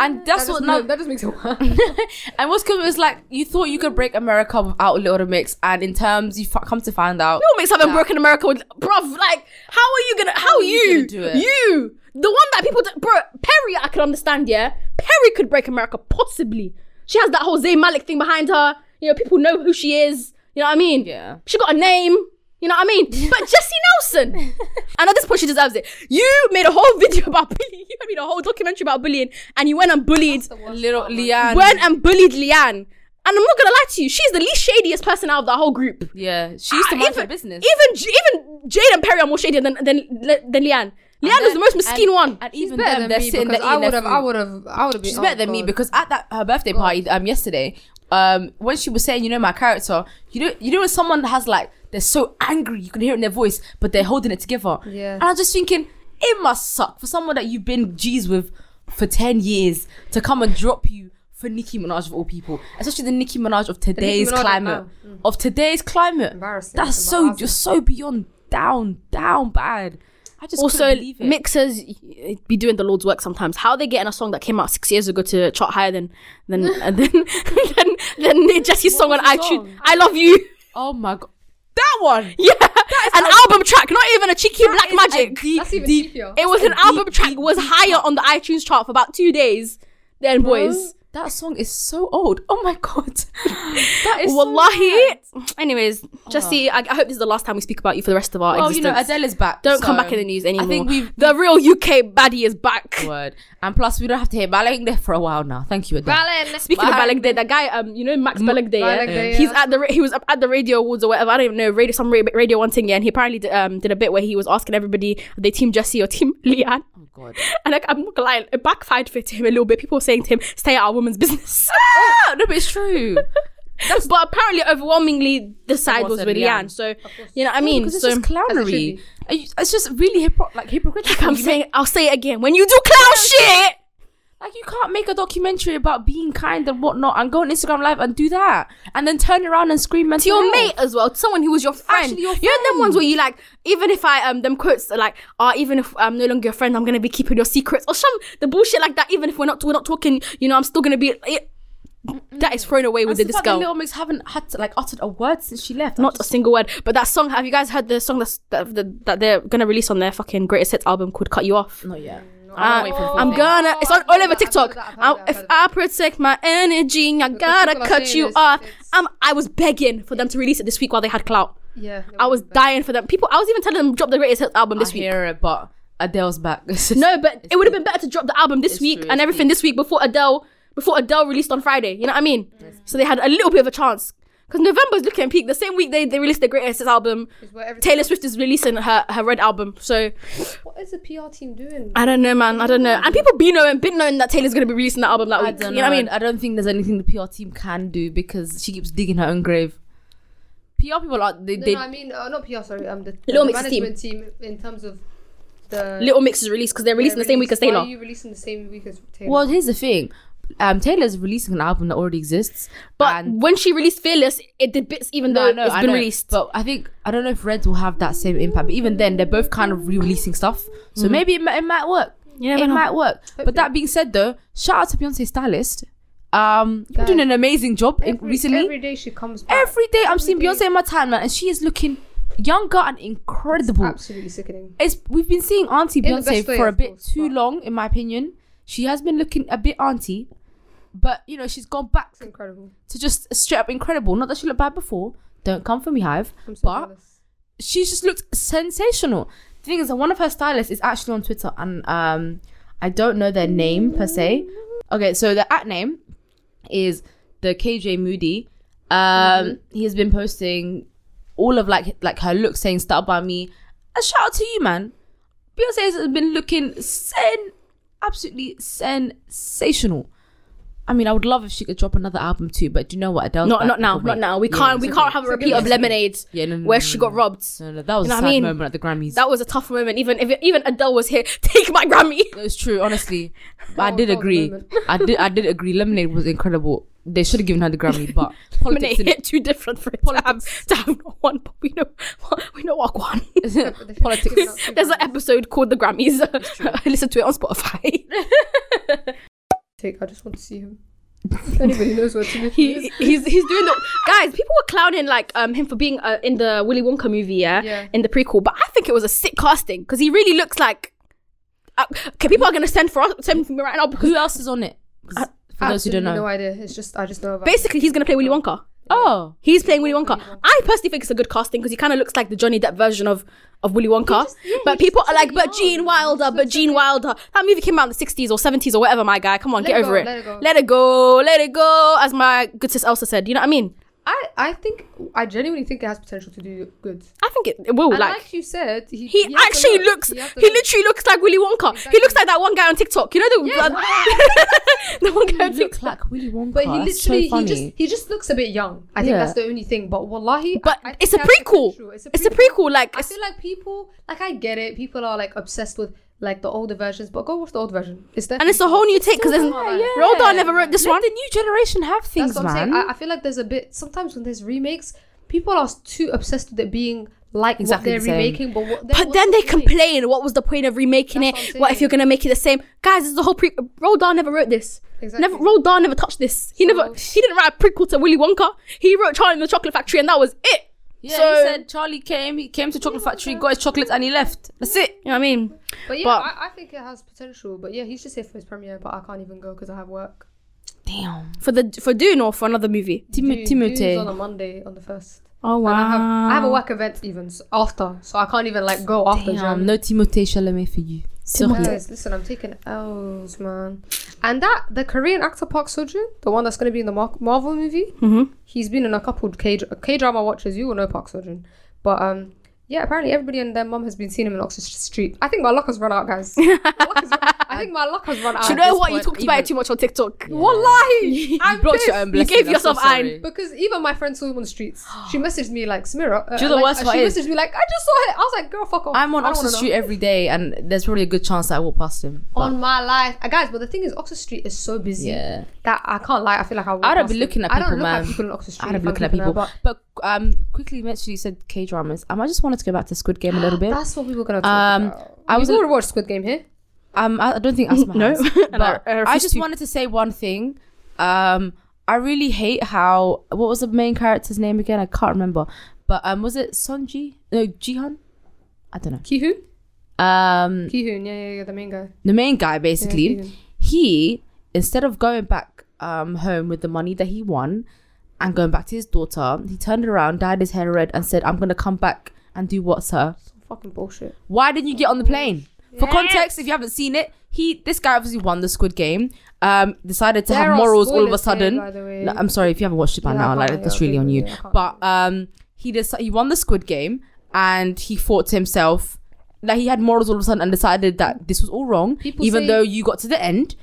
And that's That what just, now. no, that just makes it worse. *laughs* and what's cool is like you thought you could break America without Little Remix, and in terms you f- come to find out. People make something broken America with, bruv. Like, how are you gonna? How, are you? you You, gonna do it? the one that people, do, bro. Perry, I can understand. Yeah, Perry could break America possibly. She has that whole Zayn Malik thing behind her. You know, people know who she is. You know what I mean? Yeah. She got a name. You know what *laughs* I mean? But Jessie Nelson, and at this point she deserves it. You made a whole *laughs* video about bullying. You made a whole documentary about bullying, and you went and bullied Little Leanne. went and bullied Leanne. And I'm not gonna lie to you, she's the least shadiest person out of the whole group. yeah, she used to Ah, mind even- her business. Even J- even Jade and Perry are more shadier than than than Leanne. Leanne And is the most then- mesquine one. And She's even better them, than they're me sitting because there I eating would their have, I food. would have, I would have been. She's oh, better than me God. because at that her birthday party um yesterday, um when she was saying, you know, my character, you know, you know, when someone has like they're so angry, you can hear it in their voice, but they're holding it together. Yeah. And I'm just thinking, it must suck for someone that you've been G's with for ten years to come and drop you for Nicki Minaj of all people, especially the Nicki Minaj of today's Minaj of climate, now. of today's climate. Embarrassing. That's so Embarrassing. you're so beyond down down bad. I just Also, couldn't believe it. mixers y- be doing the Lord's work sometimes. How they getting a song that came out six years ago to chart higher than *laughs* than uh, than than, than Jesse's song on was the iTunes? song? I love you. *laughs* oh my god, that one. Yeah, an album track, not even a cheeky That black is a magic. deep, That's even deep- cheekier. It was an deep, album deep, track was deep higher on the iTunes chart for about two days than Bro, Boys. That song is so old. Oh my god. *laughs* that is so Wallahi. bad. Anyways, Jesse, I, I hope this is the last time we speak about you for the rest of our Oh, you existence. know Adele is back. don't come so back in the news anymore. I think we've the real UK baddie is back. word. And plus, we don't have to hear Balak there for a while now. Thank you, Adele. Speaking Bye. of Balagde, that guy, um, you know Max Ma- Balagde, yeah? Balagde, he's yeah. at the ra- he was up at the radio awards or whatever. I don't even know radio some ra- radio one thing, yeah. And he apparently did, um did a bit where he was asking everybody, are they team Jesse or team *laughs* Leanne? Oh god. And like, I'm not gonna lie, it backfired for him a little bit. People were saying to him, "Stay out of women's business." *laughs* Oh, no, but it's true. but apparently, overwhelmingly, the side was said with Leanne. Leanne. So you know, what *laughs* I mean, because it's so just As it should clownery. be. Are you- It's just really hypocr- like hypocritical. I'm You saying, I'll say it again. When you do clown shit, Like you can't make a documentary about being kind and whatnot and go on Instagram live and do that and then turn around and scream mental to your health. mate as well, to someone who was your friend. Actually your You know them friend. ones where you like, even if I um them quotes are like, ah, even if I'm no longer your friend, I'm gonna be keeping your secrets or some the bullshit like that. Even if we're not we're not talking, you know, I'm still gonna be. It, that is thrown away And with the this fact that girl. Little Mix haven't had to, like uttered a word since she left. I'm not a single word. But that song, have you guys heard the song that's, that, that that they're gonna release on their fucking greatest hits album called "Cut You Off"? just- not yet. Uh, I'm waiting for the full I'm thing. gonna. It's on I've all heard over that, I've TikTok. heard that, I've I'm- heard that, If I've I protect my energy, I gotta people are cut saying you this, off. it's- Um, I was begging for them to release it this week while they had clout. Yeah. I was dying for them. People, I was even telling them drop the greatest hits album this I week. hear it, but Adele's back. *laughs* No, but it would have been better to drop the album this It's week true, and it's everything this week before Adele before Adele released on Friday. You know what I mean? So they had a little bit of a chance. Because November's looking peak. The same week they, they released the greatest hits album. Taylor Swift is releasing her, her red album. So What is the PR team doing? I don't know, man. I don't know. And people be knowing, been knowing that Taylor's gonna be releasing that album that I week. don't know. You know what I mean? I don't think there's anything the PR team can do because she keeps digging her own grave. PR people are they, No, they no, I mean, uh, not PR, sorry. Um, the, Little the Mix team. management team. in terms of the. Little Mix is released because they're releasing the same week as Why Taylor. Are you releasing the same week as Taylor? well here's the thing. Um, Taylor's releasing an album that already exists, but and- when she released Fearless, it did bits even No, though I know, it's I been know. released. But I think I don't know if Reds will have that same impact. But even then, they're both kind of re-releasing stuff, so maybe it, mi- it might work. You never it know. might work. But that being said, though, shout out to Beyonce stylist. Um, you're doing an amazing job in, Every- recently. Every day she comes back. Every day I'm seeing day. Beyonce in my time, man, and she is looking younger and incredible. It's, Absolutely sickening. we've been seeing Auntie In the Beyonce best way, for a of bit course, too but- long, in my opinion. She has been looking a bit auntie, but you know she's gone back It's incredible. to just straight up incredible. Not that she looked bad before. Don't come for me, Hive. I'm so but jealous. she's just looked sensational. The thing is that one of her stylists is actually on Twitter, and um, I don't know their name per se. Okay, so the at name is the KJ Moody. Um, Mm-hmm. he has been posting all of like like her looks, saying "Start by me." A shout out to you, man. Beyonce has been looking sen, absolutely sensational. I mean, I would love if she could drop another album too, but do you know what? Adele? Not not now, not now. We can't we can't have a So give repeat it of to me. Lemonade Yeah, no, no, where no, she no, got no. robbed. No, no, that was You know a what sad I mean? moment at the Grammys. That was a tough moment. Even if even Adele was here, *laughs* take my Grammy. It was true, *laughs* honestly. But I Oh, did that was a agree. moment. *laughs* I did. I did agree. Lemonade was incredible. They should have given her the *laughs* Grammy, but politics. Lemonade in- hit too different for it to have, to have not one, but we know *laughs* we know what one. Politics. *laughs* There's an episode called The Grammys. *laughs* Listen to it on Spotify. take. I just want to see him. If Anybody knows where Timothy He, is? he's he's doing the guys. People were clowning like um him for being uh, in the Willy Wonka movie, yeah, Yeah. in the prequel. But I think it was a sick casting because he really looks like. Uh, okay, people are gonna send for us, send for me right now because Who else is on it? 'Cause I- For those who don't know. no idea. It's just I just know about. basically he's gonna play Willy Wonka. oh, He's playing Willy Wonka. I personally think it's a good casting because he kind of looks like the Johnny Depp version of of Willy Wonka. just- yeah, but he people just are like, looks but young. Gene Wilder, He but looks Gene Wilder. That movie came out in the sixties or seventies or whatever. My guy, come on, Let get it over go, it. let it go. let it go, let it go. As my good sis Elsa said, you know what I mean? I I think I genuinely think it has potential to do good. I think it, it will. And like, like, you said, he he, has to actually look. looks. He, has to look. literally looks like Willy Wonka. He looks Exactly. like that one guy on TikTok. You know the uh, Yeah. the one guy you on TikTok. look like Willy Wonka. But he That's literally, so funny. he just, he just looks a bit young. I think Yeah. that's the only thing. But wallahi, But I, I it's a think it has prequel. potential. It's a prequel. It's a prequel. Like, I it's, feel like people, like I get it. People are like obsessed with like the older versions, but go watch the old version. It's and it's a whole new take because Yeah, yeah. Roald Dahl never wrote this Let one. the new generation have things, that's what I'm man. saying. I, I feel like there's a bit sometimes when there's remakes, people are too obsessed with it being like Exactly the what they're same. remaking. But what, But what's then the they point? complain. What was the point of remaking That's it? what I'm What, if you're saying. gonna make it the same? Guys, this is the whole pre. Roald Dahl never wrote this. Exactly. Never Roald Dahl never touched this. He never. So- He didn't write a prequel to Willy Wonka. He wrote Charlie and the Chocolate Factory, and that was it. yeah, So- he said Charlie came. He Oh came to chocolate factory, got his chocolates, and he left. That's it. You know what I mean? But yeah, But- I, I think it has potential. But yeah, he's just here for his premiere, but I can't even go because I have work. Damn. For the for Dune or for another movie. Dune- Tim- Dune's Timothy. on a Monday on the first. Oh And I have I have a work event even s- after, so I can't even like go after. Damn. Damn, No Timothée Chalamet for you. Sorry. Guys, listen, I'm taking L's, man. And that the Korean actor Park Seo-joon, the one that's going to be in the Mar- Marvel movie, Mm-hmm. Mhm. he's been in a couple K drama watchers. You will know Park Seo-joon, but um. Yeah, apparently everybody and their mum has been seen him in Oxford Street. I think my luck has run *laughs* out, guys. My luck has run- I think my luck has run out. Do you at know this what? You point. talked about it too much on *laughs* TikTok. *laughs* Wallahi, I'm blocked your pissed. own You blessing. gave I'm yourself so sorry. Because even my friend saw him on the streets. *gasps* She messaged me like, Smira. Uh, Do you know the like, worst uh, part She is- messaged me like, I just saw it. I was like, girl, fuck off. I'm on I don't wanna Oxford know. Street every day, and there's probably a good chance that I walk past him. but- On my life, Uh, guys. But the thing is, Oxford Street is so busy yeah, that I can't lie. I feel like I. walk I don't past be looking it. at I don't people, look at man. people in Oxford Street. I don't if be I'm looking at people. there, But um, quickly, you mentioned you said K dramas. Um, I just wanted to go back to Squid Game a little but bit. that's what we were gonna talk Um, about. I I was was gonna watch Squid Game here. Um, I, I don't *laughs* think asthma No. has. And I- but I I, refuse just to. wanted to say one thing. Um, I really hate how what was the main character's name again? I can't remember. But um, was it Sonji? No, Jihan. I don't know. Kihoon, Um, Kihoon, yeah, yeah, yeah, the main guy. the main guy Yeah, basically. Kihoon. he instead of going back um home with the money that he won and going back to his daughter he turned around dyed his hair red and said i'm gonna come back and do what's her Some fucking bullshit. why didn't you get on the plane for context if you haven't seen it he this guy obviously won the squid game um decided to There have are morals all of a spoilers here, sudden by the way. No, i'm sorry if you haven't watched it by Yeah, I now can't- like that's yeah, really on you yeah, I can't- but um he just he won the squid game and he fought to himself like he had morals all of a sudden and decided that this was all wrong People even say- though you got to the end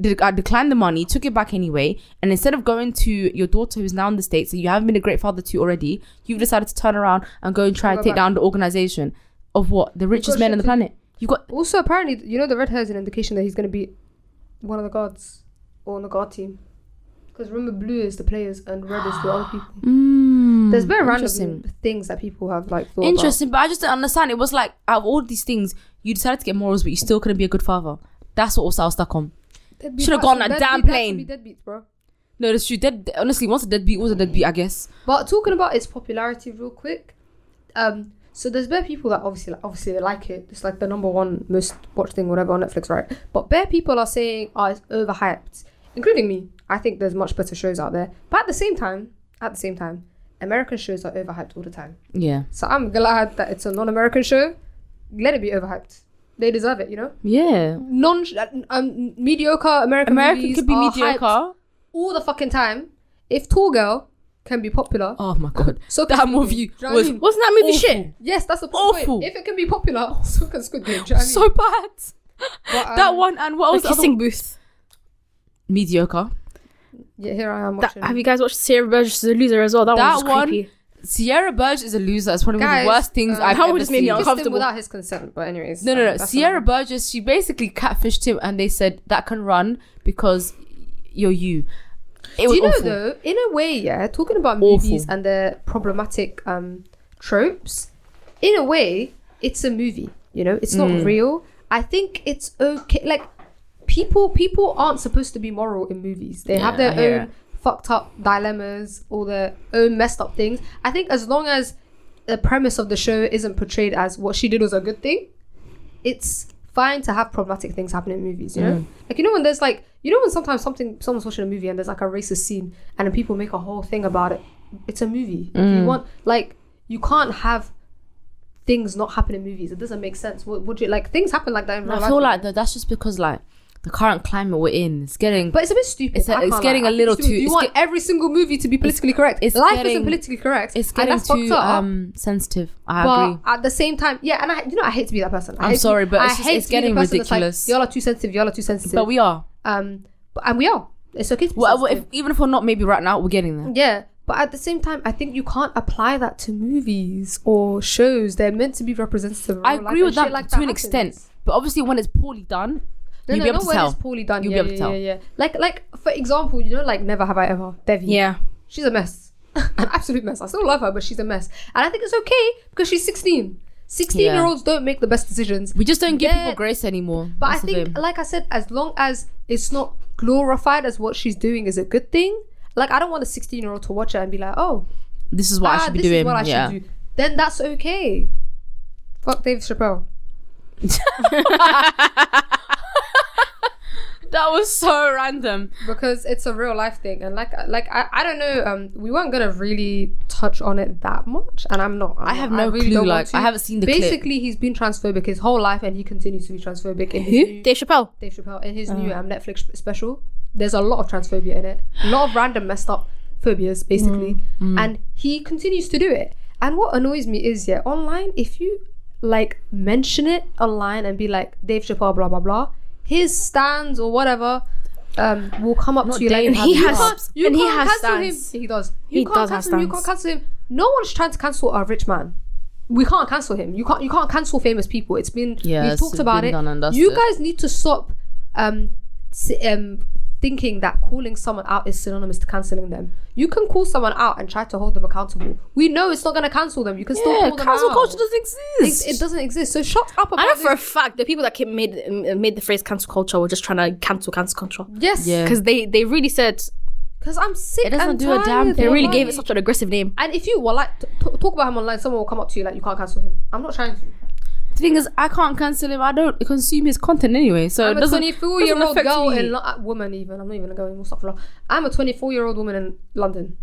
de- I declined the money, took it back anyway, and instead of going to your daughter who's now in the States and you haven't been a great father to already, you've decided to turn around and go and try and Go take back. down the organization of what? The richest got men shit on the to- planet. You got Also, apparently, you know, the red hair is an indication that he's going to be one of the gods or on the god team. Because remember, blue is the players and red is the *gasps* other people. mm, There's very random interesting. things that people have like thought Interesting, but I just didn't understand. It was like out of all these things, you decided to get morals, but you still couldn't be a good father. That's what also I was stuck on. About. Should've gone on a damn plane. Be deadbeats, bro. No, that's true. Dead, honestly, once a deadbeat was a deadbeat, I guess. But talking about its popularity, real quick. Um, so there's bare people that obviously, like, obviously they like it. It's like the number one most watched thing, whatever, on Netflix, right? But bare people are saying, "Oh, it's overhyped," including me. I think there's much better shows out there. But at the same time, at the same time, American shows are overhyped all the time. Yeah. So I'm glad that it's a non-American show. Let it be overhyped. They deserve it, you know. Yeah. Non um, mediocre American American movies could be are mediocre. hyped all the fucking time. If Tall Girl can be popular, Oh my god. *laughs* so can That Squid Game. movie Do you know what I was mean? Wasn't that movie shit? yes, that's the awful. point. If it can be popular, so can Squid Game. Do you know what I *laughs* mean? so bad. But, um, that one and what The was the other kissing booth. one? mediocre? Yeah, here I am That, watching. have you guys watched Sarah Burgess is a loser as well? That, That one was one- creepy. Sierra Burge is a loser. It's one of Guys, the worst things um, I've that one ever just made me seen. uncomfortable. kissed him without his consent, but anyways. No, um, no, no. that's Sierra another- Burgess, she basically catfished him and they said that can run because you're you. It Do was you know awful. though? In a way, yeah. Talking about Awful. movies and their problematic um, tropes, in a way, it's a movie. You know, it's Mm. not real. I think it's okay. Like people, people aren't supposed to be moral in movies. They have Yeah, their I hear own fucked up dilemmas or their own messed up things. I think as long as the premise of the show isn't portrayed as what she did was a good thing, it's fine to have problematic things happen in movies, you know? Mm. Like you know when there's like you know when sometimes something someone's watching a movie and there's like a racist scene and then people make a whole thing about it. It's a movie. Mm. If you want like you can't have things not happen in movies. It doesn't make sense. Would, would you like things happen like that in real I life? feel like though, that's just because like the current climate we're in is getting. but it's a bit stupid. It's a- I it's can't getting lie. a little It's stupid. too- You it's want every single movie to be politically correct. it's life getting- isn't politically correct. it's and getting that's fucked too up. um sensitive. I but agree. at the same time, yeah, and I, you know, I hate to be that person. I I'm hate to- sorry, but I it's just- hate it's to be the getting person that's like, ridiculous. y'all are too sensitive. Y'all are too sensitive. But we are. um, but, and we are. It's okay to be Well, if, sensitive. even if we're not, maybe right now we're getting there. yeah, but at the same time, I think you can't apply that to movies or shows. They're meant to be representative. Of I real life agree and with shit that like to an extent, happens. but obviously when it's poorly done, No, you'll no, be able not to when tell. it's poorly done. You'll be yeah, able to yeah, tell. Yeah, yeah. Like, like for example, you know, like Never Have I Ever, Devi. Yeah. she's a mess, *laughs* an absolute mess. I still love her, but she's a mess, and I think it's okay because she's 16. 16 Yeah. year olds don't make the best decisions. We just don't give Yeah. people grace anymore. But That's I the think, thing. like I said, as long as it's not glorified as what she's doing is a good thing. Like I don't want a 16 year old to watch it and be like, oh, this is what I ah, should be this doing. is what I yeah. should do. Then that's okay. Fuck Dave Chappelle. That was so random. because it's a real life thing and like like I, I don't know um we weren't gonna really touch on it that much and I'm not I'm not- i have no really clue, don't want like, to. I haven't seen the clip. basically he's been transphobic his whole life and he continues to be transphobic in his new, Dave Chappelle. Dave Chappelle in his Uh-huh. new um, Netflix sp- special there's a lot of transphobia in it a lot of random messed up phobias basically Mm. and he continues to do it and what annoys me is yeah online if you like mention it online and be like Dave Chappelle blah blah blah his stands or whatever um, will come up to you Dave, like He you has- can't, you and he can't has cancel stands. him. He does. You He can't does have cancel him. You stands. can't cancel him. No one's trying to cancel a rich man. We can't cancel him. You can't. You can't cancel famous people. It's been. Yeah, we've it's talked about been it. done and dusted. You guys need to stop um, s- um, thinking that calling someone out is synonymous to canceling them. You can call someone out and try to hold them accountable. We know it's not going to cancel them. You can still Yeah, call them cancel out. culture doesn't It, exist. it doesn't exist. So shut up about I know this. for a fact the people that came, made m- made the phrase cancel culture were just trying to cancel cancel culture yes, Yeah. because they they really said because I'm sick. It doesn't and do a damn tired of they thing. really life. gave it such an aggressive name. And if you were like t- t- talk about him online, someone will come up to you like you can't cancel him. I'm not trying to. The thing is, I can't cancel him. I don't consume his content anyway, so I'm it a doesn't. 24 year old doesn't affect girl me. in Lo- uh, woman even. I'm not even a girl anymore. Stop. for long. I'm a 24 year old woman in London.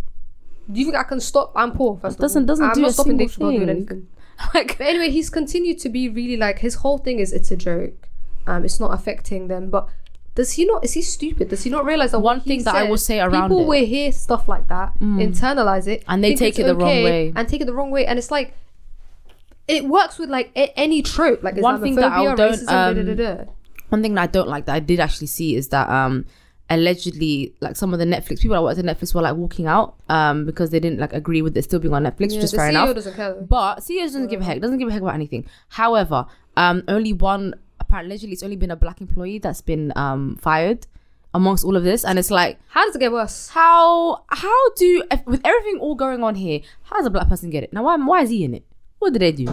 Do you think I can stop? I'm poor. First of Doesn't- all. doesn't I'm do not a stopping single Dave Chappelle doing thing. *laughs* anything. like, But anyway, he's continued to be really like his whole thing is it's a joke. Um, it's not affecting them. But does he not? Is he stupid? Does he not realize that One what thing he that I says, will say around people it- Mm. will hear stuff like that, internalize it, And they think take it's it the wrong okay, way. and take it the wrong way, and it's like. It works with like a- any trope, like One thing that I Islamophobia, don't, racism, da, da, um, da, da. one thing that I don't like that I did actually see is that um allegedly like some of the Netflix people that worked at Netflix were like walking out um because they didn't like agree with it still being on Netflix, Yeah, which is the fair CEO enough. doesn't care. Though. But CEO doesn't give a heck, doesn't give a heck about anything. However, um only one apparently allegedly it's only been a black employee that's been um fired amongst all of this and it's like How does it get worse? how how do if, with everything all going on here, how does a black person get it? Now why why is he in it? What did they do?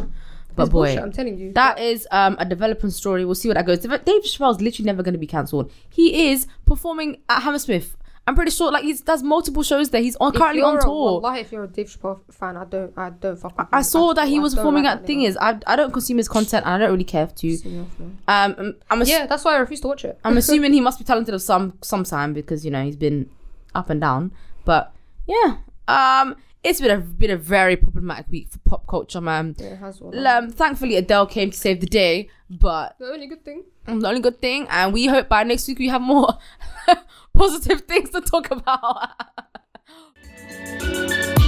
But It's boy, bullshit, I'm telling you. that is um, a development story. We'll see where that goes. Dave Dave Chappelle's literally never going to be cancelled. He is performing at Hammersmith. I'm pretty sure, like, he's does multiple shows there. He's on, If currently you're on a- tour. Wallahi, if you're a Dave Chappelle fan, I don't, I don't fuck. with I him saw at that he all. I was don't performing like at. that Thing nigga. is, I, I don't consume his content and I don't really care to. Piss me off, man. Um, I'm ass- Yeah, that's why I refuse to watch it. I'm assuming he must be talented of some some time because you know he's been up and down. But yeah, um, it's been a been a very problematic week for pop culture, man. Yeah, it has one. Um, thankfully Adele came to save the day, but The only good thing. um, the only good thing, and we hope by next week we have more *laughs* positive things to talk about. *laughs*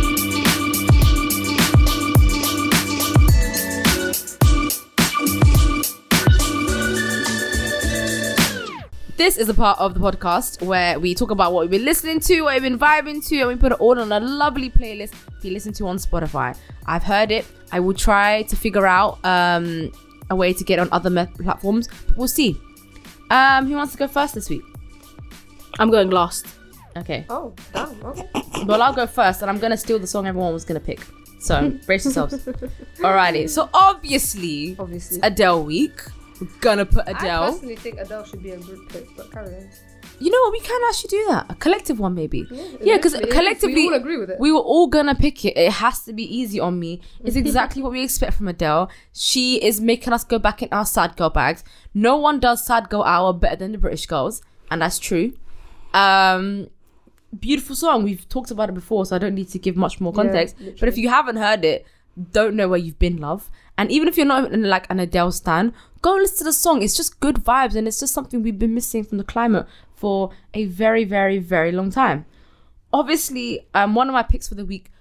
This is the part of the podcast where we talk about what we've been listening to, what we've been vibing to, and we put it all on a lovely playlist to listen to on Spotify. I've heard it. I will try to figure out um, a way to get on other me- platforms. We'll see. Um, who wants to go first this week? I'm going last. Okay. Oh, damn. Okay. Well, I'll go first, and I'm gonna steal the song everyone was gonna pick. So brace *laughs* yourselves. Alrighty. So obviously, Obviously. Adele week. We're gonna put I Adele. personally think Adele should be a group pick, but carry on. You know what? We can actually do that. A collective one, maybe. Yeah, Yeah, because if we- if collectively, we all agree with it. we were all gonna pick it. It has to be easy on me. It's exactly what we expect from Adele. She is making us go back in our sad girl bags. No one does sad girl hour better than the British girls, and that's true. Um, beautiful song. We've talked about it before, so I don't need to give much more Yeah, context. but if you haven't heard it, don't know where you've been, love. And even if you're not in, like an Adele stan, go and listen to the song. It's just good vibes, and it's just something we've been missing from the climate for a very, very, very long time. Obviously, um, one of my picks for the week.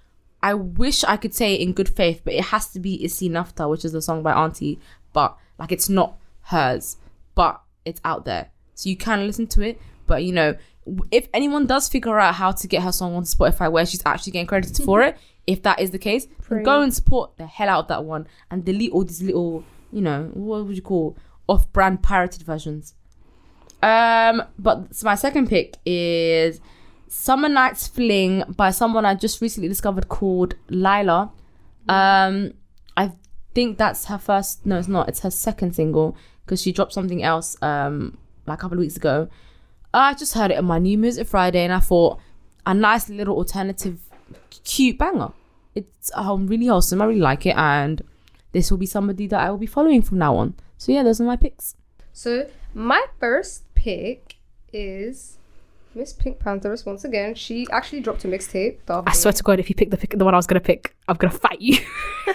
I wish I could say it in good faith, but it has to be Issy Nafta, which is the song by Auntie. But like, it's not hers, but it's out there, so you can listen to it. But you know, w- if anyone does figure out how to get her song on Spotify where she's actually getting credited for it, if that is the case, then Praise. go and support the hell out of that one and delete all these little, you know, what would you call off-brand pirated versions. Um, but so my second pick is Summer Nights Fling by someone I just recently discovered called Lila. Um, I think that's her first. No, it's not. It's her second single because she dropped something else um like a couple of weeks ago. I just heard it on my new music Friday and I thought a nice little alternative, cute banger. It's um really wholesome. I really like it, and this will be somebody that I will be following from now on. So yeah, those are my picks. So my first pick is Miss Pink Panthers once again. She actually dropped a mixtape. the other I swear to God, if you pick the pick, the one I was gonna pick, I'm gonna fight you. *laughs*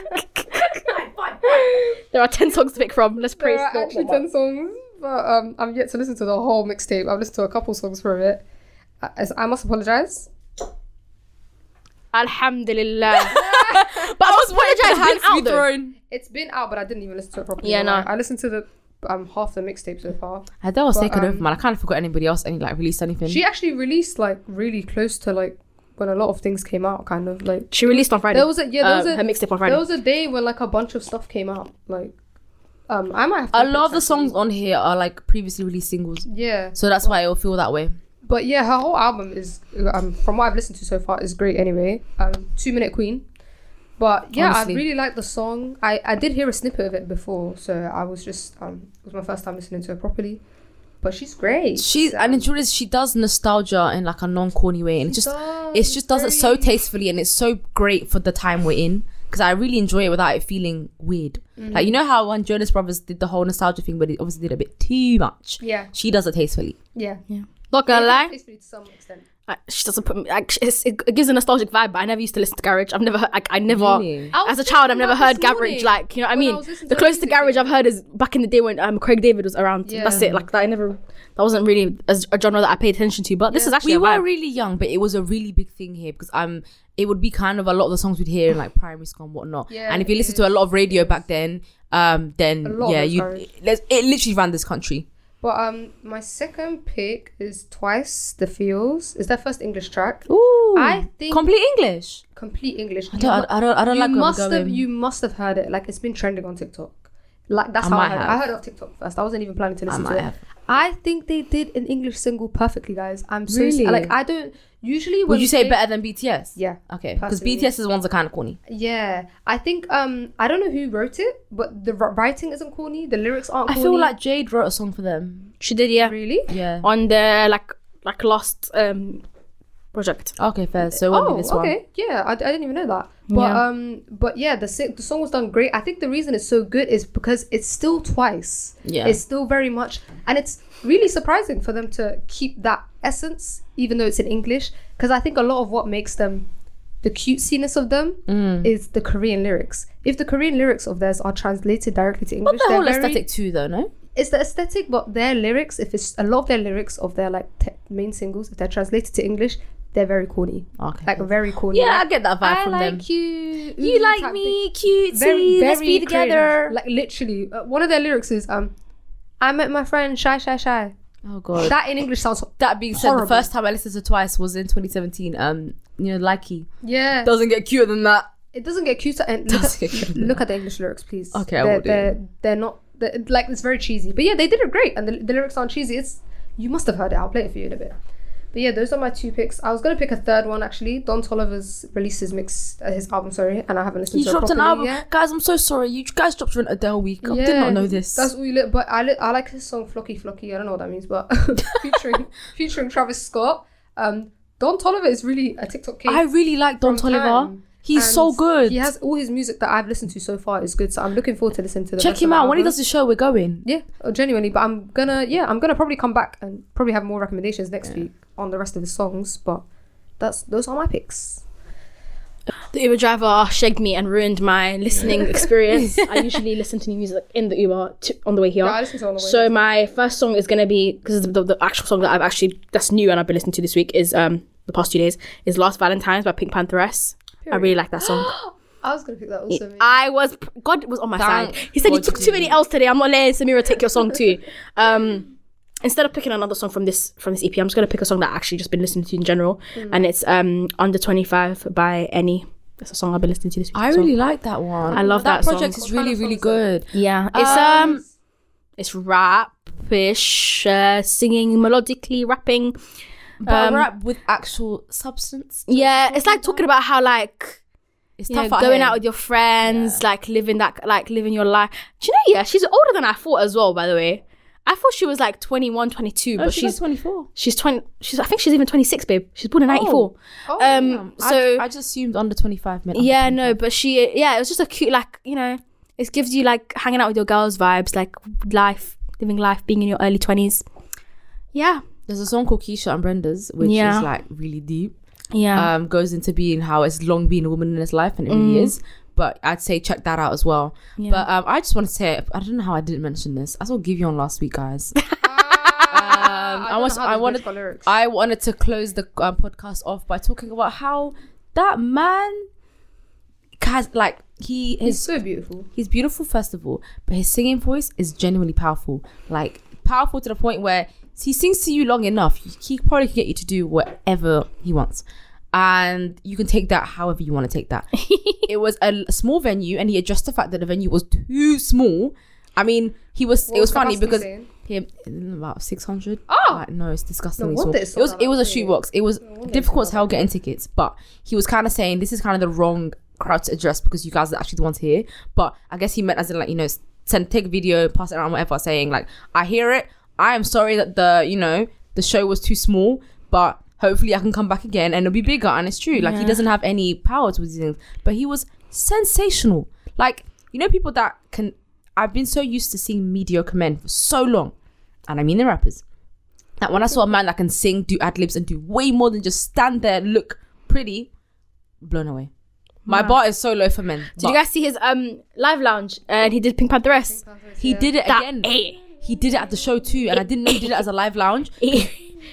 there are ten songs to pick from. Let's day. praise there are the actually ten songs, but um, I'm yet to listen to the whole mixtape. I've listened to a couple songs from it. I, as- I must apologize. Alhamdulillah. but I was apologizing. Hands out though. thrown. It's been out, but I didn't even listen to it properly. Yeah, no. I listened to the um half the mixtape so far. Adele was But, taken over, um, man. I kind of forgot anybody else any like released Mm. anything. She actually released like really close to like when a lot of things came out, kind of like She released on Friday. there was a yeah there was um, a her mixtape on Friday. there was a day when like a bunch of stuff came out. Like um, I might have. to a look lot of the at some songs on here are like previously released singles, Yeah. so that's why it'll feel that way. But yeah, her whole album is, um, from what I've listened to so far, is great anyway. Um, Two Minute Queen. But yeah, Honestly. I really like the song. I, I did hear a snippet of it before, so I was just, um, it was my first time listening to her properly. But she's great. She's and the truth is she does nostalgia in like a non corny way, and it She just does, it just does it so very- tastefully, and it's so great for the time we're in. Because I really enjoy it without it feeling weird. Mm. Like you know how when Jonas Brothers did the whole nostalgia thing, but it obviously did a bit too much. Yeah, She does it tastefully. yeah. Not gonna lie, Tastefully to some extent. I, she doesn't put me. Like, it's, it, it gives a nostalgic vibe. But I never used to listen to garage. I've never, heard, like, I never. Really? I was As a child, I've thinking never that heard this garage. morning Like you know what I when I mean. was listening the to her closest to music garage video. I've heard is back in the day when um, Craig David was around. Yeah. That's it. Like that I never. That wasn't really a, a genre that I paid attention to. But this is actually we a were vibe. really young, but it was a really big thing here because um, it would be kind of a lot of the songs we'd hear in like primary school and whatnot. Yeah, and if you it listen to a lot of radio back then, um, A then lot of yeah, it's you Irish. it, let's- it literally ran this country. But um, my second pick is Twice the Feels. It's their first English track. Ooh, I think- complete English. Complete English. I don't, I don't, I don't you like where must we're have going. you must have heard it. Like it's been trending on TikTok. Like that's I how I might heard. it. have. I heard it off TikTok first. I wasn't even planning to I listen might to it. have. I think they did an English single perfectly, guys. I'm so Really? like I don't usually. When Would you say they- better than BTS? Yeah, Okay, because Personally. BTS's ones are kind of corny. yeah. I think um I don't know who wrote it, but the wr- writing isn't corny. The lyrics aren't. I Corny. feel like Jade wrote a song for them. She did, yeah. really. Yeah. On the like like last um project. Okay, fair. So it won't oh, be this okay. one. Yeah, I, I didn't even know that. But Yeah. um, but yeah, the si- the song was done great. I think the reason it's so good is because it's still twice. Yeah. it's still very much, and it's really surprising for them to keep that essence, even though it's in English. Because I think a lot of what makes them the cutesiness of them Mm. is the Korean lyrics. If the Korean lyrics of theirs are translated directly to English, But the they're whole very- aesthetic too, though, no? it's the aesthetic, but their lyrics, if it's a lot of their lyrics of their like te- main singles, if they're translated to English, they're very corny. Okay. Like very corny. yeah, I like, get that vibe from them. like you. You ooh, like type me, cutesy. thing. Very, let's very be together. cringe. Like literally, uh, one of their lyrics is um, I met my friend shy, shy, shy. Oh god. That in English sounds That being said, Horrible. the first time I listened to Twice was in 2017. Um, you know, Likey yeah. doesn't get cuter than that. It doesn't get cuter. And look, Doesn't at, get cuter. look at the English lyrics, please. Okay, I they're, will do. They're, they're not they're, like it's very cheesy, but yeah, they did it great, and the, the lyrics aren't cheesy. It's you must have heard it. I'll play it for you in a bit. But yeah, those are my two picks. I was gonna pick a third one actually. Don Toliver's released his mix, uh, his album, sorry, and I haven't listened You to dropped it an properly album, yet. guys. I'm so sorry. You guys dropped an Adele week. I did not know this. That's all you look, but I li- I like his song Flocky Flocky. I don't know what that means, but *laughs* *laughs* featuring featuring Travis Scott. Um, Don Toliver is really a TikTok king. I really like Don From Toliver. Time. He's And so good. He has all his music that I've listened to so far is good, so I'm looking forward to listening to the Check rest him of the out when he album. does the show. We're going. Yeah, oh, genuinely, but I'm gonna yeah, I'm gonna probably come back and probably have more recommendations next week on the rest of his songs. But that's those are my picks. The Uber driver shagged me and ruined my listening *laughs* experience. I usually listen to new music in the Uber to, on the way here. Yeah, I listen to it on the way so my first song is gonna be because the, the actual song that I've actually that's new and I've been listening to this week is um the past two days is Last Valentine's by Pink Pantheress. I really like that song. I was gonna pick that also. mate. I was God was on my Thank side. He said you God took you too many L's today. I'm not letting Samira take your song too. Um, instead of picking another song from this from this EP, I'm just gonna pick a song that I actually just been listening to in general, and it's um Under 25 by Any. That's a song I've been listening to this week. I as well. really like that one. I love that project song. is What kind really, of really song good. yeah. It's um, it's rapish, uh, singing melodically, rapping. But Um, rap with actual substance. Yeah, it's like talking about how like It's you tough know, out going here. out with your friends, like living that, like living your life. Do you know? Yeah, she's older than I thought as well. By the way, I thought she was like 21, 22, Oh, but she was she's 24. she's twenty. She's I think she's even twenty six, babe. She's born in ninety four. Oh, um, I- so I, just assumed under 25 minutes. yeah, no, but she yeah, it was just a cute like you know, it gives you like hanging out with your girls vibes, like life, living life, being in your early twenties. Yeah, There's a song called Keisha and Brenda's, which Yeah. is like really deep. yeah. um, goes into being how it's long been a woman in his life, and it really is. But I'd say check that out as well. Yeah. But um, I just want to say, I don't know how I didn't mention this. I saw Give You on last week, guys. Ah, I don't know was- how I these wanted- bitch got lyrics. I wanted to close the um, podcast off by talking about how that man has, like, he He's his so beautiful. He's beautiful, first of all, but his singing voice is genuinely powerful. Like powerful to the point where he sings to you long enough, he probably can get you to do whatever he wants, and you can take that however you want to *laughs* take that. it was a l- small venue, and he addressed the fact that the venue was too small. I mean, he was. What it was, was funny capacity because saying? him about six hundred. Oh! like, no, it's disgustingly No small. wonder It it's sold was out it was a that quick. shoebox. It was wonder it's sold difficult as out hell getting tickets, but he was kind of saying this is kind of the wrong crowd to address because you guys are actually the ones here. But I guess he meant as in like you know s- send take a video, pass it around, whatever, saying like I hear it. I am sorry that the you know the show was too small, but hopefully I can come back again and it'll be bigger. And it's true, like he Yeah. doesn't have any power towards these things, but he was sensational. Like you know people that can. I've been so used to seeing mediocre men for so long, and I mean the rappers. That when I saw a man that can sing, do ad libs, and do way more than just stand there, look pretty, blown away. My bar is so low for men. Did you guys see his um live lounge? And he did Pink Pantheress. he did it That *laughs* again. eh. He did it at the show too, and I didn't know he did it as a live *laughs* lounge. He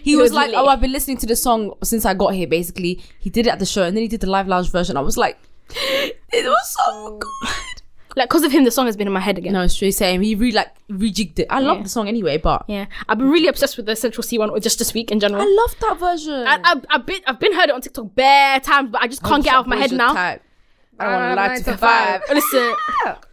It was was like, lit. "Oh, I've been listening to this song since I got here." Basically, he did it at the show, and then he did the live lounge version. I was like, "It was so Oh, good." like because of him, the song has been in my head again. No, it's true. Same. He really like rejigged it. I love Yeah. the song anyway, but Yeah, I've been really obsessed with the Central C one, or just this week in general. I love that version. I, I've, I've been I've been heard it on TikTok bare times, but I just can't get out of my head now. Type. I don't want to I'm lie nine to to the five. five. *laughs* *laughs* Listen,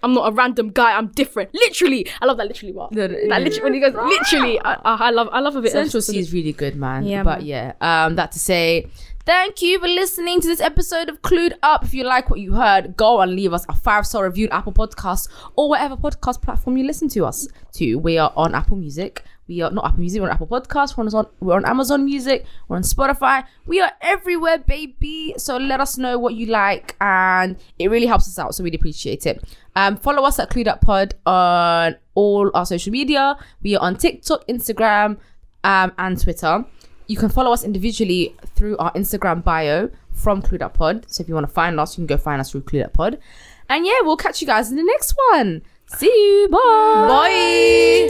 I'm not a random guy. I'm different. Literally, I love that. Literally, what? No, That no, literally, yeah. when he *laughs* goes, literally, I, I I love I love a bit. Central of, C is really good, man. Yeah, but man. yeah, um, that to say, thank you for listening to this episode of Clued Up. If you like what you heard, go and leave us a five star review on Apple Podcasts or whatever podcast platform you listen to us to. We are on Apple Music. We are not Apple Music. We're on Apple Podcasts. We're on, we're on Amazon Music. We're on Spotify. We are everywhere, baby. So let us know what you like, and it really helps us out. So we'd appreciate it. Um, follow us at Clued Up Pod on all our social media. We are on TikTok, Instagram, um, and Twitter. You can follow us individually through our Instagram bio from Clued Up Pod. So if you want to find us, you can go find us through Clued Up Pod. And yeah, we'll catch you guys in the next one. See you. Bye. Bye.